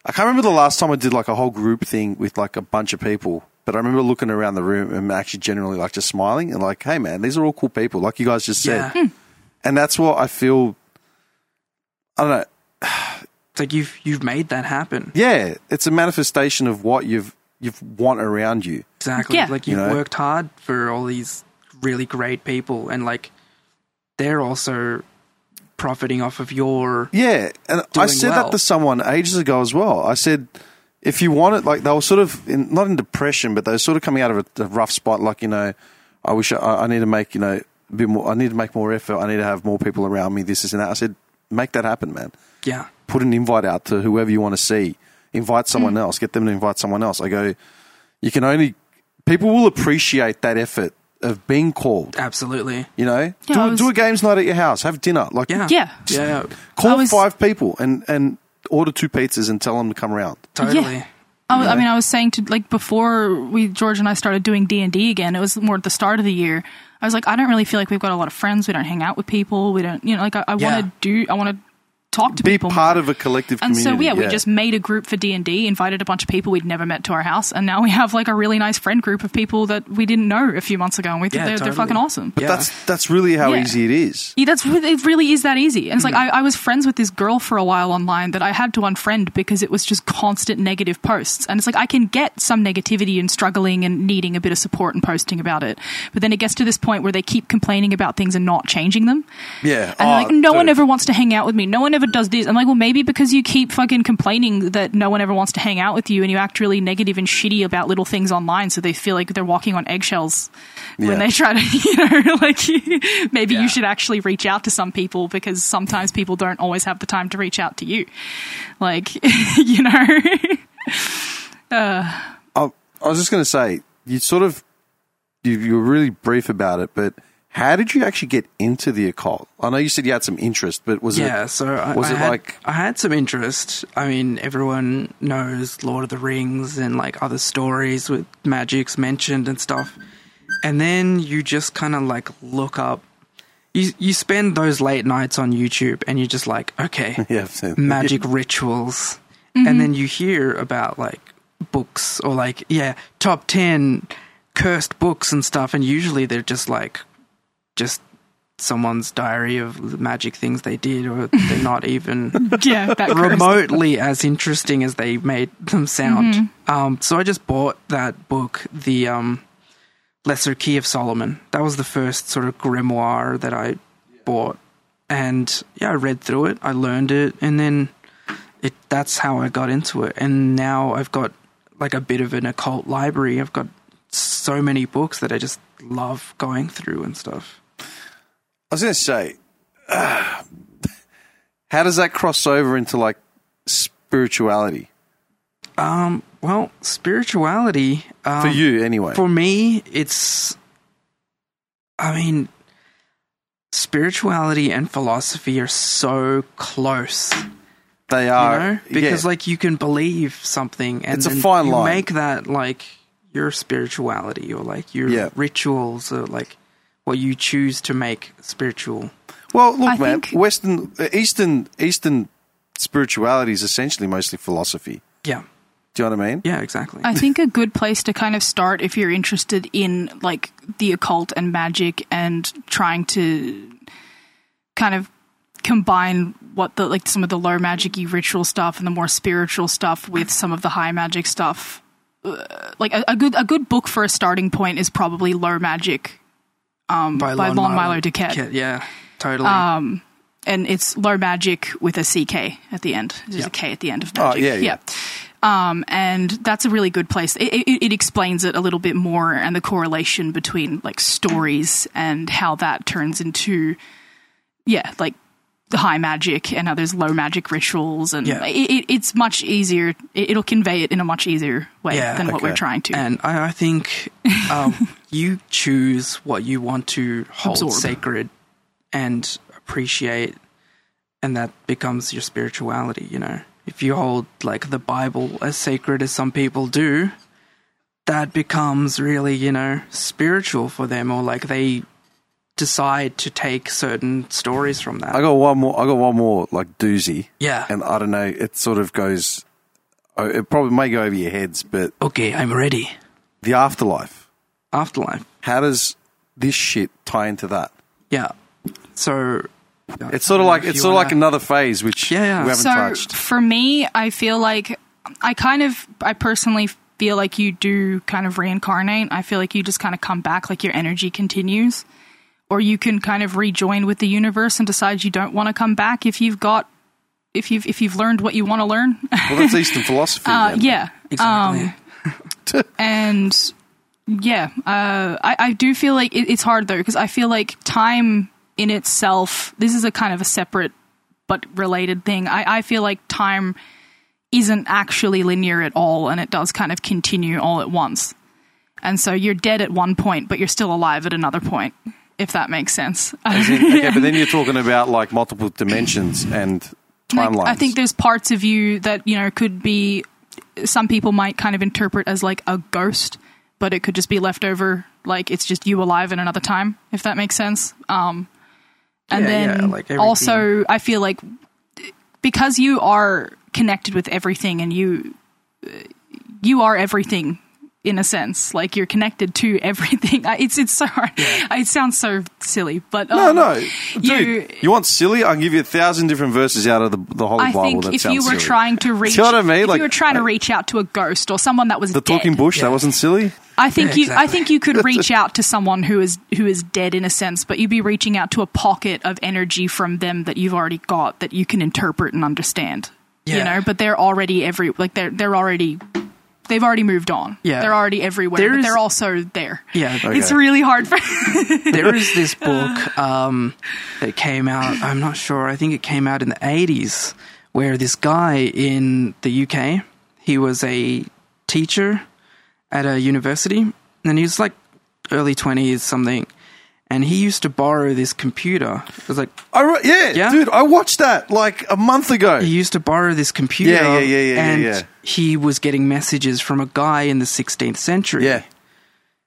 A: I can't remember the last time I did like a whole group thing with like a bunch of people. But I remember looking around the room and actually generally like just smiling and like, hey man, these are all cool people, like you guys just said.
C: yeah. Hmm.
A: And that's what I feel. I don't know.
C: It's like you've you've made that happen.
A: Yeah, it's a manifestation of what you've you've want around you.
C: Exactly.
B: Yeah.
C: Like
A: You
C: you've
A: know?
C: worked hard for all these really great people and like they're also profiting off of your
A: Yeah, and I
C: doing
A: said that
C: well.
A: to someone ages ago as well. I said, if you want it, like they were sort of in, not in depression, but they were sort of coming out of a, a rough spot. Like you know, I wish I, I need to make you know a bit more. I need to make more effort. I need to have more people around me. This is and that. I said, make that happen, man.
C: Yeah.
A: Put an invite out to whoever you want to see. Invite someone else. Get them to invite someone else. I go, you can only people will appreciate that effort of being called.
C: Absolutely.
A: You know,
B: Yeah,
A: do,
B: I
A: a-
B: was-
A: do a games night at your house. Have dinner. Like
C: Yeah.
B: Yeah.
C: Yeah.
A: Call
B: I was-
A: five people and, and order two pizzas and tell them to come around.
C: Totally.
B: Yeah. I, was, I mean, I was saying to like before we George and I started doing D and D again. It was more at the start of the year. I was like, I don't really feel like we've got a lot of friends. We don't hang out with people. We don't, you know, like I, I
C: Yeah.
B: want to do, I want to talk to
A: Be
B: people.
A: part of a collective
B: and so
A: community.
B: yeah, we just made a group for D and D, invited a bunch of people we'd never met to our house, and now we have like a really nice friend group of people that we didn't know a few months ago, and we think
C: Yeah,
B: they're,
C: totally.
B: they're fucking awesome.
C: Yeah.
A: That's that's really how
B: Yeah.
A: easy it is.
B: Yeah, that's really- it. Really, is that easy? And it's like I, I was friends with this girl for a while online that I had to unfriend because it was just constant negative posts. And it's like I can get some negativity and struggling and needing a bit of support and posting about it, but then it gets to this point where they keep complaining about things and not changing them.
A: Yeah.
B: And
A: Oh,
B: like no one
A: dude.
B: ever wants to hang out with me. No one ever does this. I'm like, well, maybe because you keep fucking complaining that no one ever wants to hang out with you, and you act really negative and shitty about little things online, so they feel like they're walking on eggshells
A: Yeah.
B: when they try to, you know, like maybe
C: Yeah.
B: you should actually reach out to some people because sometimes people don't always have the time to reach out to you. Like, you know,
A: I, I was just going to say, you sort of, you, you were really brief about it, but how did you actually get into the occult? I know you said you had some interest, but was
C: Yeah,
A: it
C: so I,
A: was
C: I
A: it
C: had,
A: like
C: I had some interest. I mean, everyone knows Lord of the Rings and like other stories with magics mentioned and stuff. And then you just kind of like look up. You you spend those late nights on YouTube and you're just like, okay,
A: yeah, I've seen-
C: magic rituals, and then you hear about like books or like yeah, top ten cursed books and stuff, and usually they're just like just someone's diary of magic things they did, or they're not even
B: yeah, that curse.
C: remotely as interesting as they made them sound.
A: Mm-hmm.
C: Um, so I just bought that book, the um, Lesser Key of Solomon. That was the first sort of grimoire that I bought, and yeah, I read through it, I learned it, and then it that's how I got into it. And now I've got like a bit of an occult library. I've got so many books that I just love going through and stuff.
A: I was going to say, ah, how does that cross over into like spirituality
C: Um, well, spirituality um,
A: for you anyway?
C: For me, it's. I mean, spirituality and philosophy are so close, you
A: they are
C: know? Because
A: Uh, yeah.
C: like you can believe something, and
A: It's a
C: then
A: fine
C: you
A: line.
C: Make that like your spirituality or like your
A: Yeah.
C: rituals or like what you choose to make spiritual.
A: Well, look,
B: I
A: man.
B: think-
A: Western, uh, Eastern, Eastern spirituality is essentially mostly philosophy.
C: Yeah,
A: Do you know what I mean?
C: yeah, exactly.
B: I think a good place to kind of start if you're interested in like the occult and magic and trying to kind of combine what the like some of the low magic ritual stuff and the more spiritual stuff with some of the high magic stuff. Uh, Like a, a good a good book for a starting point is probably Low Magic by Lon Milo Duquette. Uh,
C: Yeah, totally.
B: and it's low magic with a ck at the end. There's a k at the end of magic.
A: yeah, yeah.
B: Um, and that's a really good place. It, it, it explains it a little bit more and the correlation between like stories and how that turns into, yeah, like the high magic and how there's low magic rituals and
C: Yeah.
B: it, it, it's much easier. It, it'll convey it in a much easier way
C: Yeah,
B: than what we're
A: okay.
B: trying to.
C: And I, I think um, you choose what you want to hold
B: Absorb.
C: sacred and appreciate, and that becomes your spirituality, you know. If you hold like the Bible as sacred as some people do, that becomes really, you know, spiritual for them, or like they decide to take certain stories from that.
A: I got one more. I got one more like doozy.
C: Yeah.
A: and I don't know. It sort of goes. oh, It probably may go over your heads, but
C: okay, I'm ready.
A: the afterlife.
C: Afterlife.
A: How does this shit tie into that?
C: Yeah. So
A: It's sort of like
C: if
A: it's
C: Mm, you
A: sort of
C: wanna-
A: like another phase which
C: Yeah, yeah.
A: we haven't
B: so
A: touched.
B: for me i feel like i kind of i personally feel like you do kind of reincarnate i feel like you just kind of come back like your energy continues or you can kind of rejoin with the universe and decide you don't want to come back if you've got if you've if you've learned what you want to learn
A: Well, that's Eastern philosophy.
B: uh,
A: then.
B: yeah
C: exactly.
B: and yeah, uh, I, I do feel like it, it's hard though because I feel like time in itself. This is a kind of a separate but related thing. I, I feel like time isn't actually linear at all, and it does kind of continue all at once. And so you're dead at one point, but you're still alive at another point. If that makes sense.
A: Okay, but then you're talking about like multiple dimensions and timelines.
B: Like, I think there's parts of you that you know could be. Some people might kind of interpret as like a ghost, but it could just be leftover. Like it's just you alive in another time, if that makes sense. Um, and
C: Yeah,
B: then
C: yeah, like everything-
B: also, I feel like because you are connected with everything, and you you are everything in a sense. Like you're connected to everything. I- It's it's so hard. It sounds so silly, but
A: No,
B: um,
A: no, dude. You,
B: you-
A: want silly? I can give you a thousand different verses out of the, the Holy
B: I
A: Bible.
B: think
A: that
B: if
A: sound
B: you were
A: silly.
B: trying to reach,
A: what I mean?
B: if
A: Like-
B: you were trying to reach out to a ghost or someone that was
A: the
B: dead,
A: talking bush, that
C: Yeah.
A: wasn't silly.
B: I think
C: Yeah,
B: you, I
C: exactly.
B: think you could reach out to someone who is who is dead in a sense, but you'd be reaching out to a pocket of energy from them that you've already got that you can interpret and understand. You
C: Yeah.
B: know, but they're already every like they're they're already they've already moved on.
C: Yeah.
B: they're already everywhere,
C: There
B: but
C: is-
B: they're also there.
C: Yeah.
B: it's
A: Okay.
B: really hard for.
C: there is this book um, that came out. I'm not sure. I think it came out in the 80s, where this guy in the UK, he was a teacher at a university, and he was like early 20s something, and he used to borrow this computer. It was like
A: I re- yeah,
C: Yeah?
A: dude, I watched that like a month ago.
C: he used to borrow this computer.
A: Yeah, yeah, yeah, yeah, yeah,
C: and
A: yeah.
C: he was getting messages from a guy in the 16th century.
A: Yeah,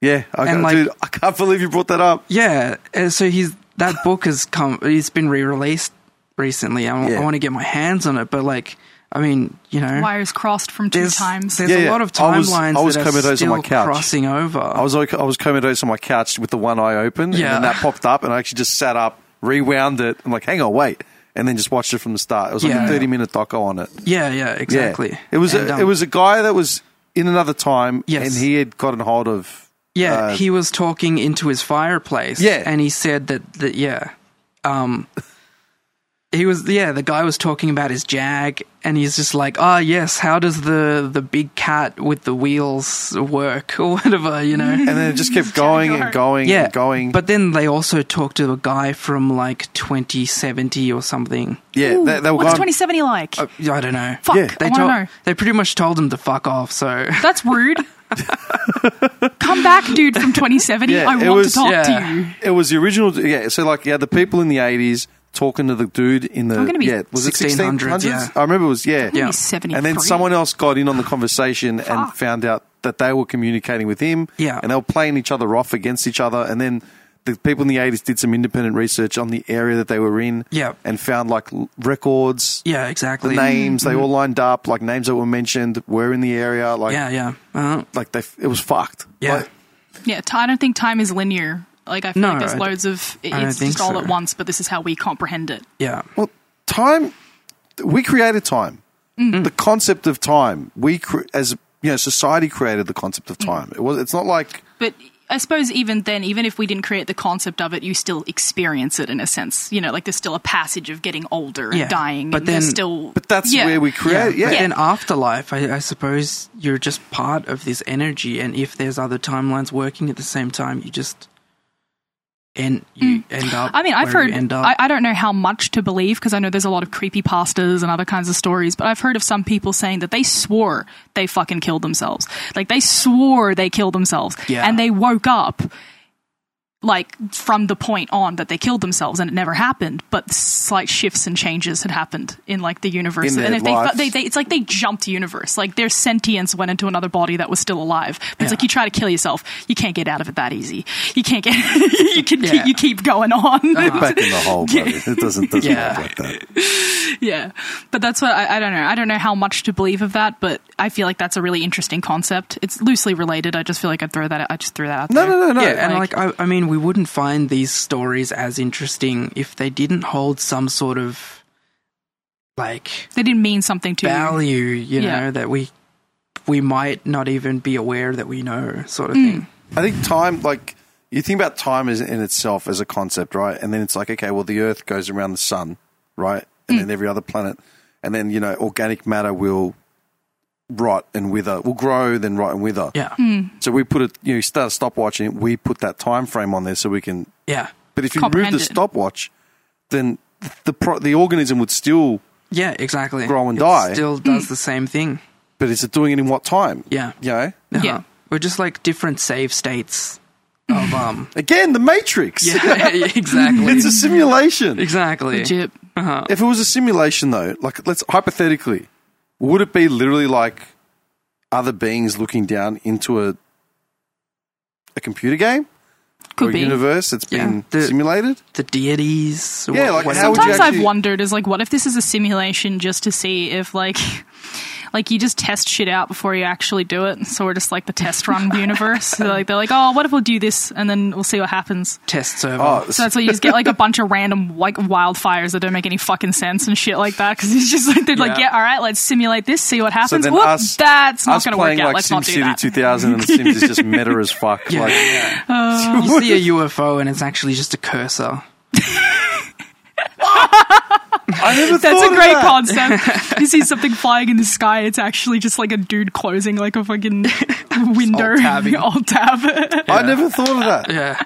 A: yeah, I
C: And,
A: can't-
C: like-
A: dude, I can't believe you brought that up.
C: Yeah, and so he's that book has come. It's been re-released recently. I,
A: Yeah.
C: want to get my hands on it, but like, I mean, you know,
B: Wires crossed from two
C: there's
B: times.
C: there's
A: Yeah,
C: a
A: yeah.
C: lot of
A: I was-
C: timelines
A: I was
C: that
A: comatose
C: are
A: on
C: still
A: my couch.
C: crossing over.
A: I was like, I was comatose on my couch with the one eye open, and
C: Yeah.
A: then that popped up, and I actually just sat up, rewound it. I'm like, hang on, wait, and then just watched it from the start. It was like a
C: Yeah.
A: 30 minute doco on it.
C: yeah, yeah,
A: Yeah.
C: exactly.
A: It was
C: And,
A: a,
C: um,
A: it was a guy that was in another time,
C: Yes.
A: and he had gotten hold of
C: yeah.
A: uh,
C: he was talking into his fireplace.
A: Yeah.
C: and he said that that yeah, um. He was yeah. The guy was talking about his jag, and he's just like, "Ah, yes. How does the the big cat with the wheels work, or whatever? You know."
A: and then it just kept going and
B: dark.
A: going
C: yeah,
A: and going.
C: But then they also talked to a guy from like 2070 or something.
A: yeah,
B: Ooh,
A: they, they were
B: what's
A: going.
B: twenty seventy like?
C: Uh, I don't know.
B: Fuck,
A: yeah.
B: I
C: They
B: want to
C: told-
B: know.
C: they pretty much told him to fuck off. So
B: That's rude. Come back, dude, from 2070.
A: Yeah,
B: I
A: it
B: want
A: was-
B: to talk
C: yeah.
B: to you.
A: It was the original. Yeah, so like, yeah, the people in the 80s talking to the dude in the
B: I'm gonna be-
A: yeah, was it
C: 1600s,
A: 1600s?
C: yeah.
A: I remember it was yeah,
C: Yeah.
B: Maybe 73.
A: And then someone else got in on the conversation and
B: Fuck.
A: found out that they were communicating with him.
C: Yeah.
A: And they were playing each other off against each other. And then the people in the 80s did some independent research on the area that they were in.
C: Yeah.
A: And found like l- records,
C: yeah,
A: the
C: exactly.
A: names. They all lined up, like names that were mentioned were in the area. Like,
C: Yeah, yeah. Uh,
A: like they, f- it was fucked.
C: Yeah.
A: Like,
B: Yeah, t- I don't think time is linear. Like I feel
C: No,
B: like there's
C: I d-
B: loads of it-
C: I don't
B: it's
C: think
B: just all
C: so.
B: at once, but this is how we comprehend it.
C: yeah.
A: well, time, we created time. The concept of time, we cre- as you know, society created the concept of time. It was. It's not like
B: But I suppose even then, even if we didn't create the concept of it, you still experience it in a sense. You know, like there's still a passage of getting older and
C: Yeah,
B: dying,
C: but
B: and there's
C: then-
B: still.
A: But that's
B: yeah.
A: where we create. Yeah,
C: But then afterlife, I, I suppose you're just part of this energy, and if there's other timelines working at the same time, you just end you end up.
B: I mean, I've
C: where you
B: heard.
C: End up.
B: I, I don't know how much to believe because I know there's a lot of creepy pastas and other kinds of stories, but I've heard of some people saying that they swore they fucking killed themselves. Like they swore they killed themselves,
C: Yeah.
B: and they woke up like from the point on that they killed themselves, and it never happened. But slight shifts and changes had happened in like the universe,
A: In
B: and
A: their
B: if they,
A: lives.
B: fu- they, they, it's like they jumped universe. Like their sentience went into another body that was still alive. But It's like you try to kill yourself, you can't get out of it that easy. You can't get. you can
C: Yeah.
B: keep, you keep going on.
A: Get back in the hole, buddy. It doesn't, doesn't
C: Yeah.
A: work like that.
B: Yeah, but that's what I, I don't know. I don't know how much to believe of that, but I feel like that's a really interesting concept. It's loosely related. I just feel like I throw that. I just threw that out.
A: No,
B: there.
A: no, no, no.
C: yeah, and
B: like-
C: like, I, I mean, we wouldn't find these stories as interesting if they didn't hold some sort of like
B: They didn't mean something to you.
C: value, you
B: Yeah.
C: know, that we we might not even be aware that we know, sort
B: Hmm.
C: of thing.
A: I think time, like you think about time as in itself as a concept, right? And then it's like, okay, well, the Earth goes around the sun, right? And then every other planet, and then you know, organic matter will rot and wither, will grow, then rot and wither.
C: Yeah,
B: Hmm.
A: So we put it, you know, you start a stopwatch, and we put that time frame on there so we can.
C: yeah,
A: But if you remove
B: Comprehend
A: the
B: it.
A: stopwatch, then the pro- the organism would still.
C: yeah, exactly.
A: Grow and
C: It
A: die.
B: Hmm.
C: still does the same thing.
A: But is it doing it in what time?
C: Yeah. Uh-huh.
A: You know?
B: Yeah.
C: we're just like different save states of um.
A: Again, the Matrix.
C: yeah, exactly,
A: It's a simulation.
C: exactly.
B: Legit.
A: If it was a simulation, though, like let's hypothetically, would it be literally like other beings looking down into a a computer game or
B: Could
A: a
B: be.
A: universe that's
C: Yeah.
A: been
C: The-
A: simulated?
C: the deities.
A: Yeah, like, how would you
B: Sometimes I've
A: actually-
B: wondered is like, what if this is a simulation just to see if like, like you just test shit out before you actually do it. So we're just like the test run universe. So like they're like, oh, what if we'll do this and then we'll see what happens.
C: test server?
A: Oh,
B: So that's why you just get like a bunch of random like wildfires that don't make any fucking sense and shit like that because it's just like they're like
C: Yeah.
B: yeah all right let's simulate this see what happens
A: then
B: Whoop,
A: us-
B: that's not
A: us
B: going to
A: playing
B: work out
A: like
B: let's not do
A: SimCity
B: that
A: 2000 and Sims is just meta as fuck.
C: Yeah. Uh,
A: Like,
C: you see a UFO and it's actually just a cursor.
A: I never
B: that's
A: thought
B: a
A: of
B: great
A: that.
B: concept you see something flying in the sky it's actually just like a dude closing like a fucking window
C: Alt tabbing.
B: alt tab
A: I never thought of that.
C: Yeah,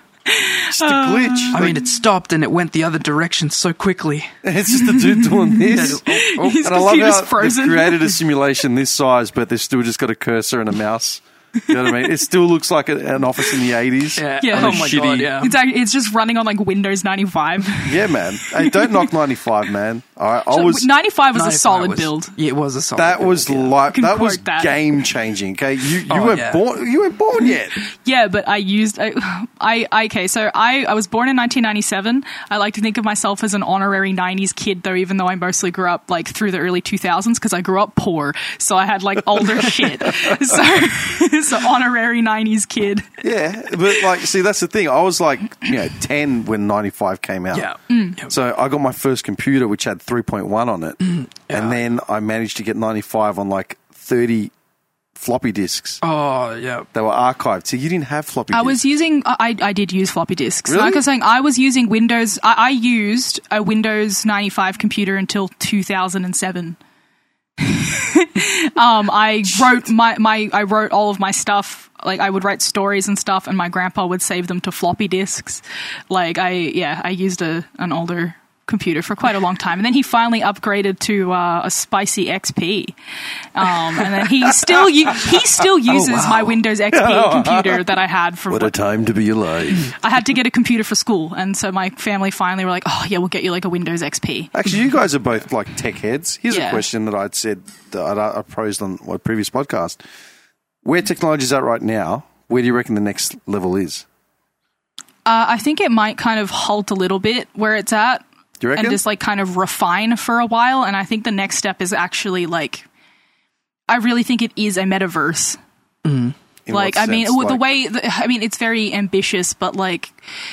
A: Just a glitch.
C: I mean it stopped and it went the other direction so quickly.
A: it's just a dude doing this.
C: oh,
B: his
A: And I love
B: computer's
A: how
B: frozen
A: they've created a simulation this size, but they've still just got a cursor and a mouse. You know what I mean? It still looks like a, an office in the eighties.
B: Yeah.
A: Oh my God,
C: yeah.
B: it's, act- it's just running on like windows 95
A: Yeah, man. Hey, don't knock ninety five, man. All right, I was
B: 95 was a solid build
C: Yeah, it was a solid.
A: that
C: build,
A: was
C: yeah.
A: like
B: can
A: that was
B: quote that.
A: game changing. Okay, you you
C: Oh,
A: weren't
C: yeah.
A: born you weren't born yet.
B: Yeah, but I used I, I I- okay. So I I was born in 1997. I like to think of myself as an honorary 90s kid, though, even though I mostly grew up like through the early 2000s because I grew up poor, so I had like older shit. So so honorary 90s kid.
A: Yeah, but like, see, that's the thing. I was like, you know, ten when ninety five came out.
C: Yeah. Mm. Yeah.
A: So I got my first computer, which had 3.1 on it, and then I managed to get 95 on like 30 floppy disks.
C: Oh yeah.
A: They were archived, so you didn't have floppy.
B: I
A: disks.
B: was using I I did use floppy disks.
A: Really?
B: Like I was saying, I was using Windows. I, I used a Windows 95 computer until 2007. um, I wrote my, my I wrote all of my stuff. Like I would write stories and stuff, and my grandpa would save them to floppy disks. Like I yeah, I used a an older computer for quite a long time, and then he finally upgraded to uh, a Spicy XP, um, and then he still u- he still uses my Windows XP computer that I had from
A: Oh, What a time to be alive!
B: I had to get a computer for school, and so my family finally were like, "Oh yeah, we'll get you like a Windows XP."
A: Actually, you guys are both like tech heads. Here's a
B: Yeah.
A: question that I'd said that I, I posed on my previous podcast: Where technology's at right now, where do you reckon the next level is?
B: Uh, I think it might kind of halt a little bit where it's at,
A: Do you reckon?
B: and just like kind of refine for a while. And I think the next step is actually like, I really think it is a metaverse.
A: In
B: like
A: what
B: I mean,
A: sense?
B: w the
A: Like-
B: way the, I mean, it's very ambitious, but like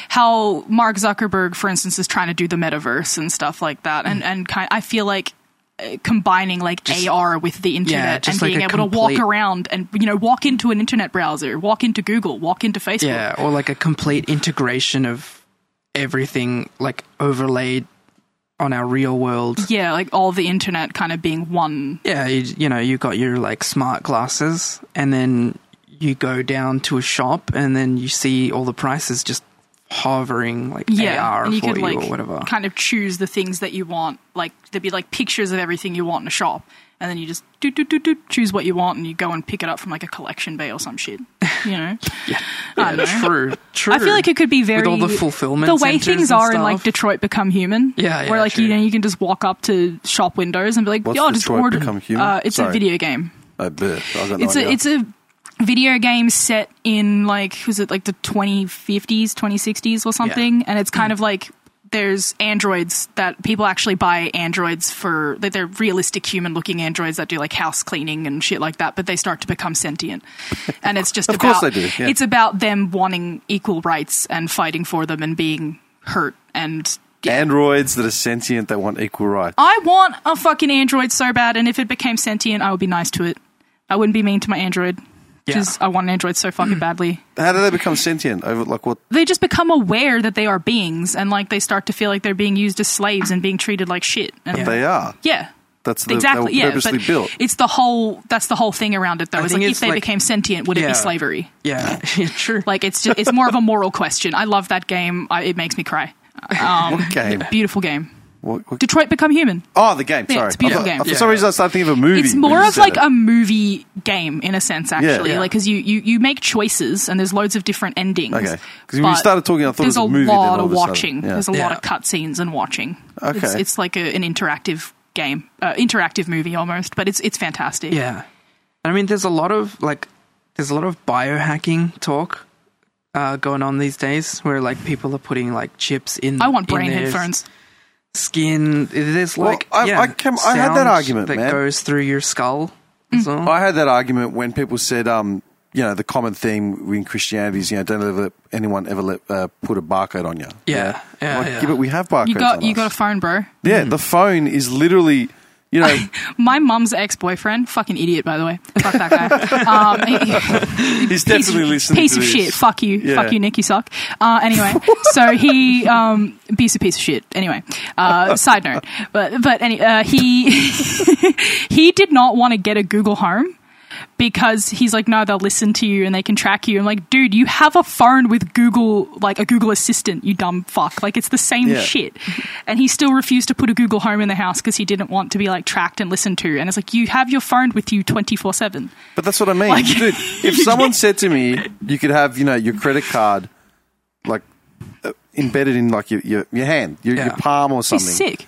B: how Mark Zuckerberg, for instance, is trying to do the metaverse and stuff like that, and and kind, I feel like uh, combining like AR with the internet and
C: just like
B: being
C: a
B: able to walk
C: complete-
B: around and you know walk into an internet browser, walk into Google, walk into Facebook.
C: Yeah, or like a complete integration of everything, like overlaid on our real world.
B: Yeah, like all the internet kind of being one.
C: Yeah, you, you know, you got your like smart glasses, and then you go down to a shop, and then you see all the prices just hovering like
B: Yeah,
C: AR
B: and you
C: for
B: could
C: you
B: like
C: or whatever.
B: kind of choose the things that you want. Like there'd be like pictures of everything you want in a shop, and then you just do do do do choose what you want, and you go and pick it up from like a collection bay or some shit. You know, I don't know.
C: True, true.
B: I feel like it could be very
C: all the fulfillment
B: The way
C: centers
B: things
C: and
B: are in like
C: stuff.
B: Detroit Become Human,
C: Yeah, yeah,
B: where like you
C: true.
B: know you can just walk up to shop windows and be like,
A: What's
B: "Yo, just
A: Detroit
B: order."
A: Become Human?
B: Uh, it's
A: Sorry.
B: a video game.
A: I bet. I got no
B: It's a
A: idea.
B: it's a video game set in like was it like the 2050s, 2060s or something, and it's
A: Hmm.
B: kind of like there's androids that people actually buy androids for that they're realistic human looking androids that do like house cleaning and shit like that but they start to become sentient and it's just
A: Of course
B: about
A: they do, yeah.
B: it's about them wanting equal rights and fighting for them and being hurt and
A: androids that are sentient that want equal rights.
B: I want a fucking android so bad, and if it became sentient, I would be nice to it. I wouldn't be mean to my android because I want an android so fucking badly.
A: How do they become sentient? Over like what?
B: They just become aware that they are beings, and like they start to feel like they're being used as slaves and being treated like shit. And
A: They are.
B: yeah.
A: That's the,
B: exactly.
A: They were
B: Yeah,
A: purposely
B: but
A: built.
B: it's the whole. That's the whole thing around it, though.
C: I
B: Is
C: think
B: like if
C: it's
B: they
C: like-
B: became sentient, would it
C: Yeah.
B: be slavery?
C: yeah, yeah, true.
B: Like it's just. It's more of a moral question. I love that game. I, it makes me cry. Um,
A: What game?
B: beautiful game.
A: What, what-
B: Detroit Become Human.
A: oh, the game.
B: Yeah,
A: Sorry,
B: it's a beautiful
A: I thought-
B: game.
A: For some
C: Yeah.
A: reason, I started thinking of a movie.
B: It's
A: when
B: more
A: you
B: of
A: said
B: like um,
A: it.
B: a movie game in a sense, actually,
A: Yeah.
B: like because you, you you make choices and there's loads of different endings.
A: Okay. 'Cause when you
B: but
A: started talking, I thought it
B: there's
A: was a movie, then
B: lot
A: all
B: of
A: of a sudden,
B: watching.
A: yeah.
B: There's a lot
C: Yeah.
B: of cutscenes and watching. it's,
A: Okay.
B: it's like a, an interactive game, uh, interactive movie almost, but it's it's fantastic.
C: Yeah. I mean, there's a lot of like, there's a lot of biohacking talk uh, going on these days where like people are putting like chips in.
B: I want
C: in
B: brain
C: their
B: headphones.
C: Skin. There's
A: Well,
C: like
A: I-
C: yeah,
A: I came- I had that
C: sound
A: argument,
C: that
A: man.
C: goes through your skull. as
B: Mm.
C: well.
A: I had that argument when people said, um, you know, the common theme in Christianity is, you know, don't ever anyone ever let, uh, put a barcode on you.
C: Yeah, yeah,
A: Like,
C: yeah.
A: but we have barcodes.
B: You got
A: on
B: you
A: us.
B: got a Hmm. phone, bro.
A: yeah, the phone is literally, you know,
B: My mum's ex boyfriend, fucking idiot, by the way. Fuck that guy. um, he-
A: he's
B: piece
A: definitely
B: of,
A: listening
B: piece
A: to
B: of
A: this.
B: shit. Fuck you.
A: Yeah.
B: Fuck you, Nick. You suck. Uh, anyway, so he um, piece a piece of shit. Anyway, uh, side note, but but any, uh, he he did not want to get a Google Home. Because he's like, no, they'll listen to you and they can track you. I'm like, dude, you have a phone with Google, like a Google Assistant, you dumb fuck. Like, it's the same
A: Yeah.
B: shit. And he still refused to put a Google Home in the house because he didn't want to be like tracked and listened to. And it's like, you have your phone with you 24 7.
A: But that's what I mean, dude. If someone said to me, "You could have, you know, your credit card, like uh, embedded in like your your, your hand, your, your
C: Yeah.
A: palm or
B: He's
A: something,"
B: sick.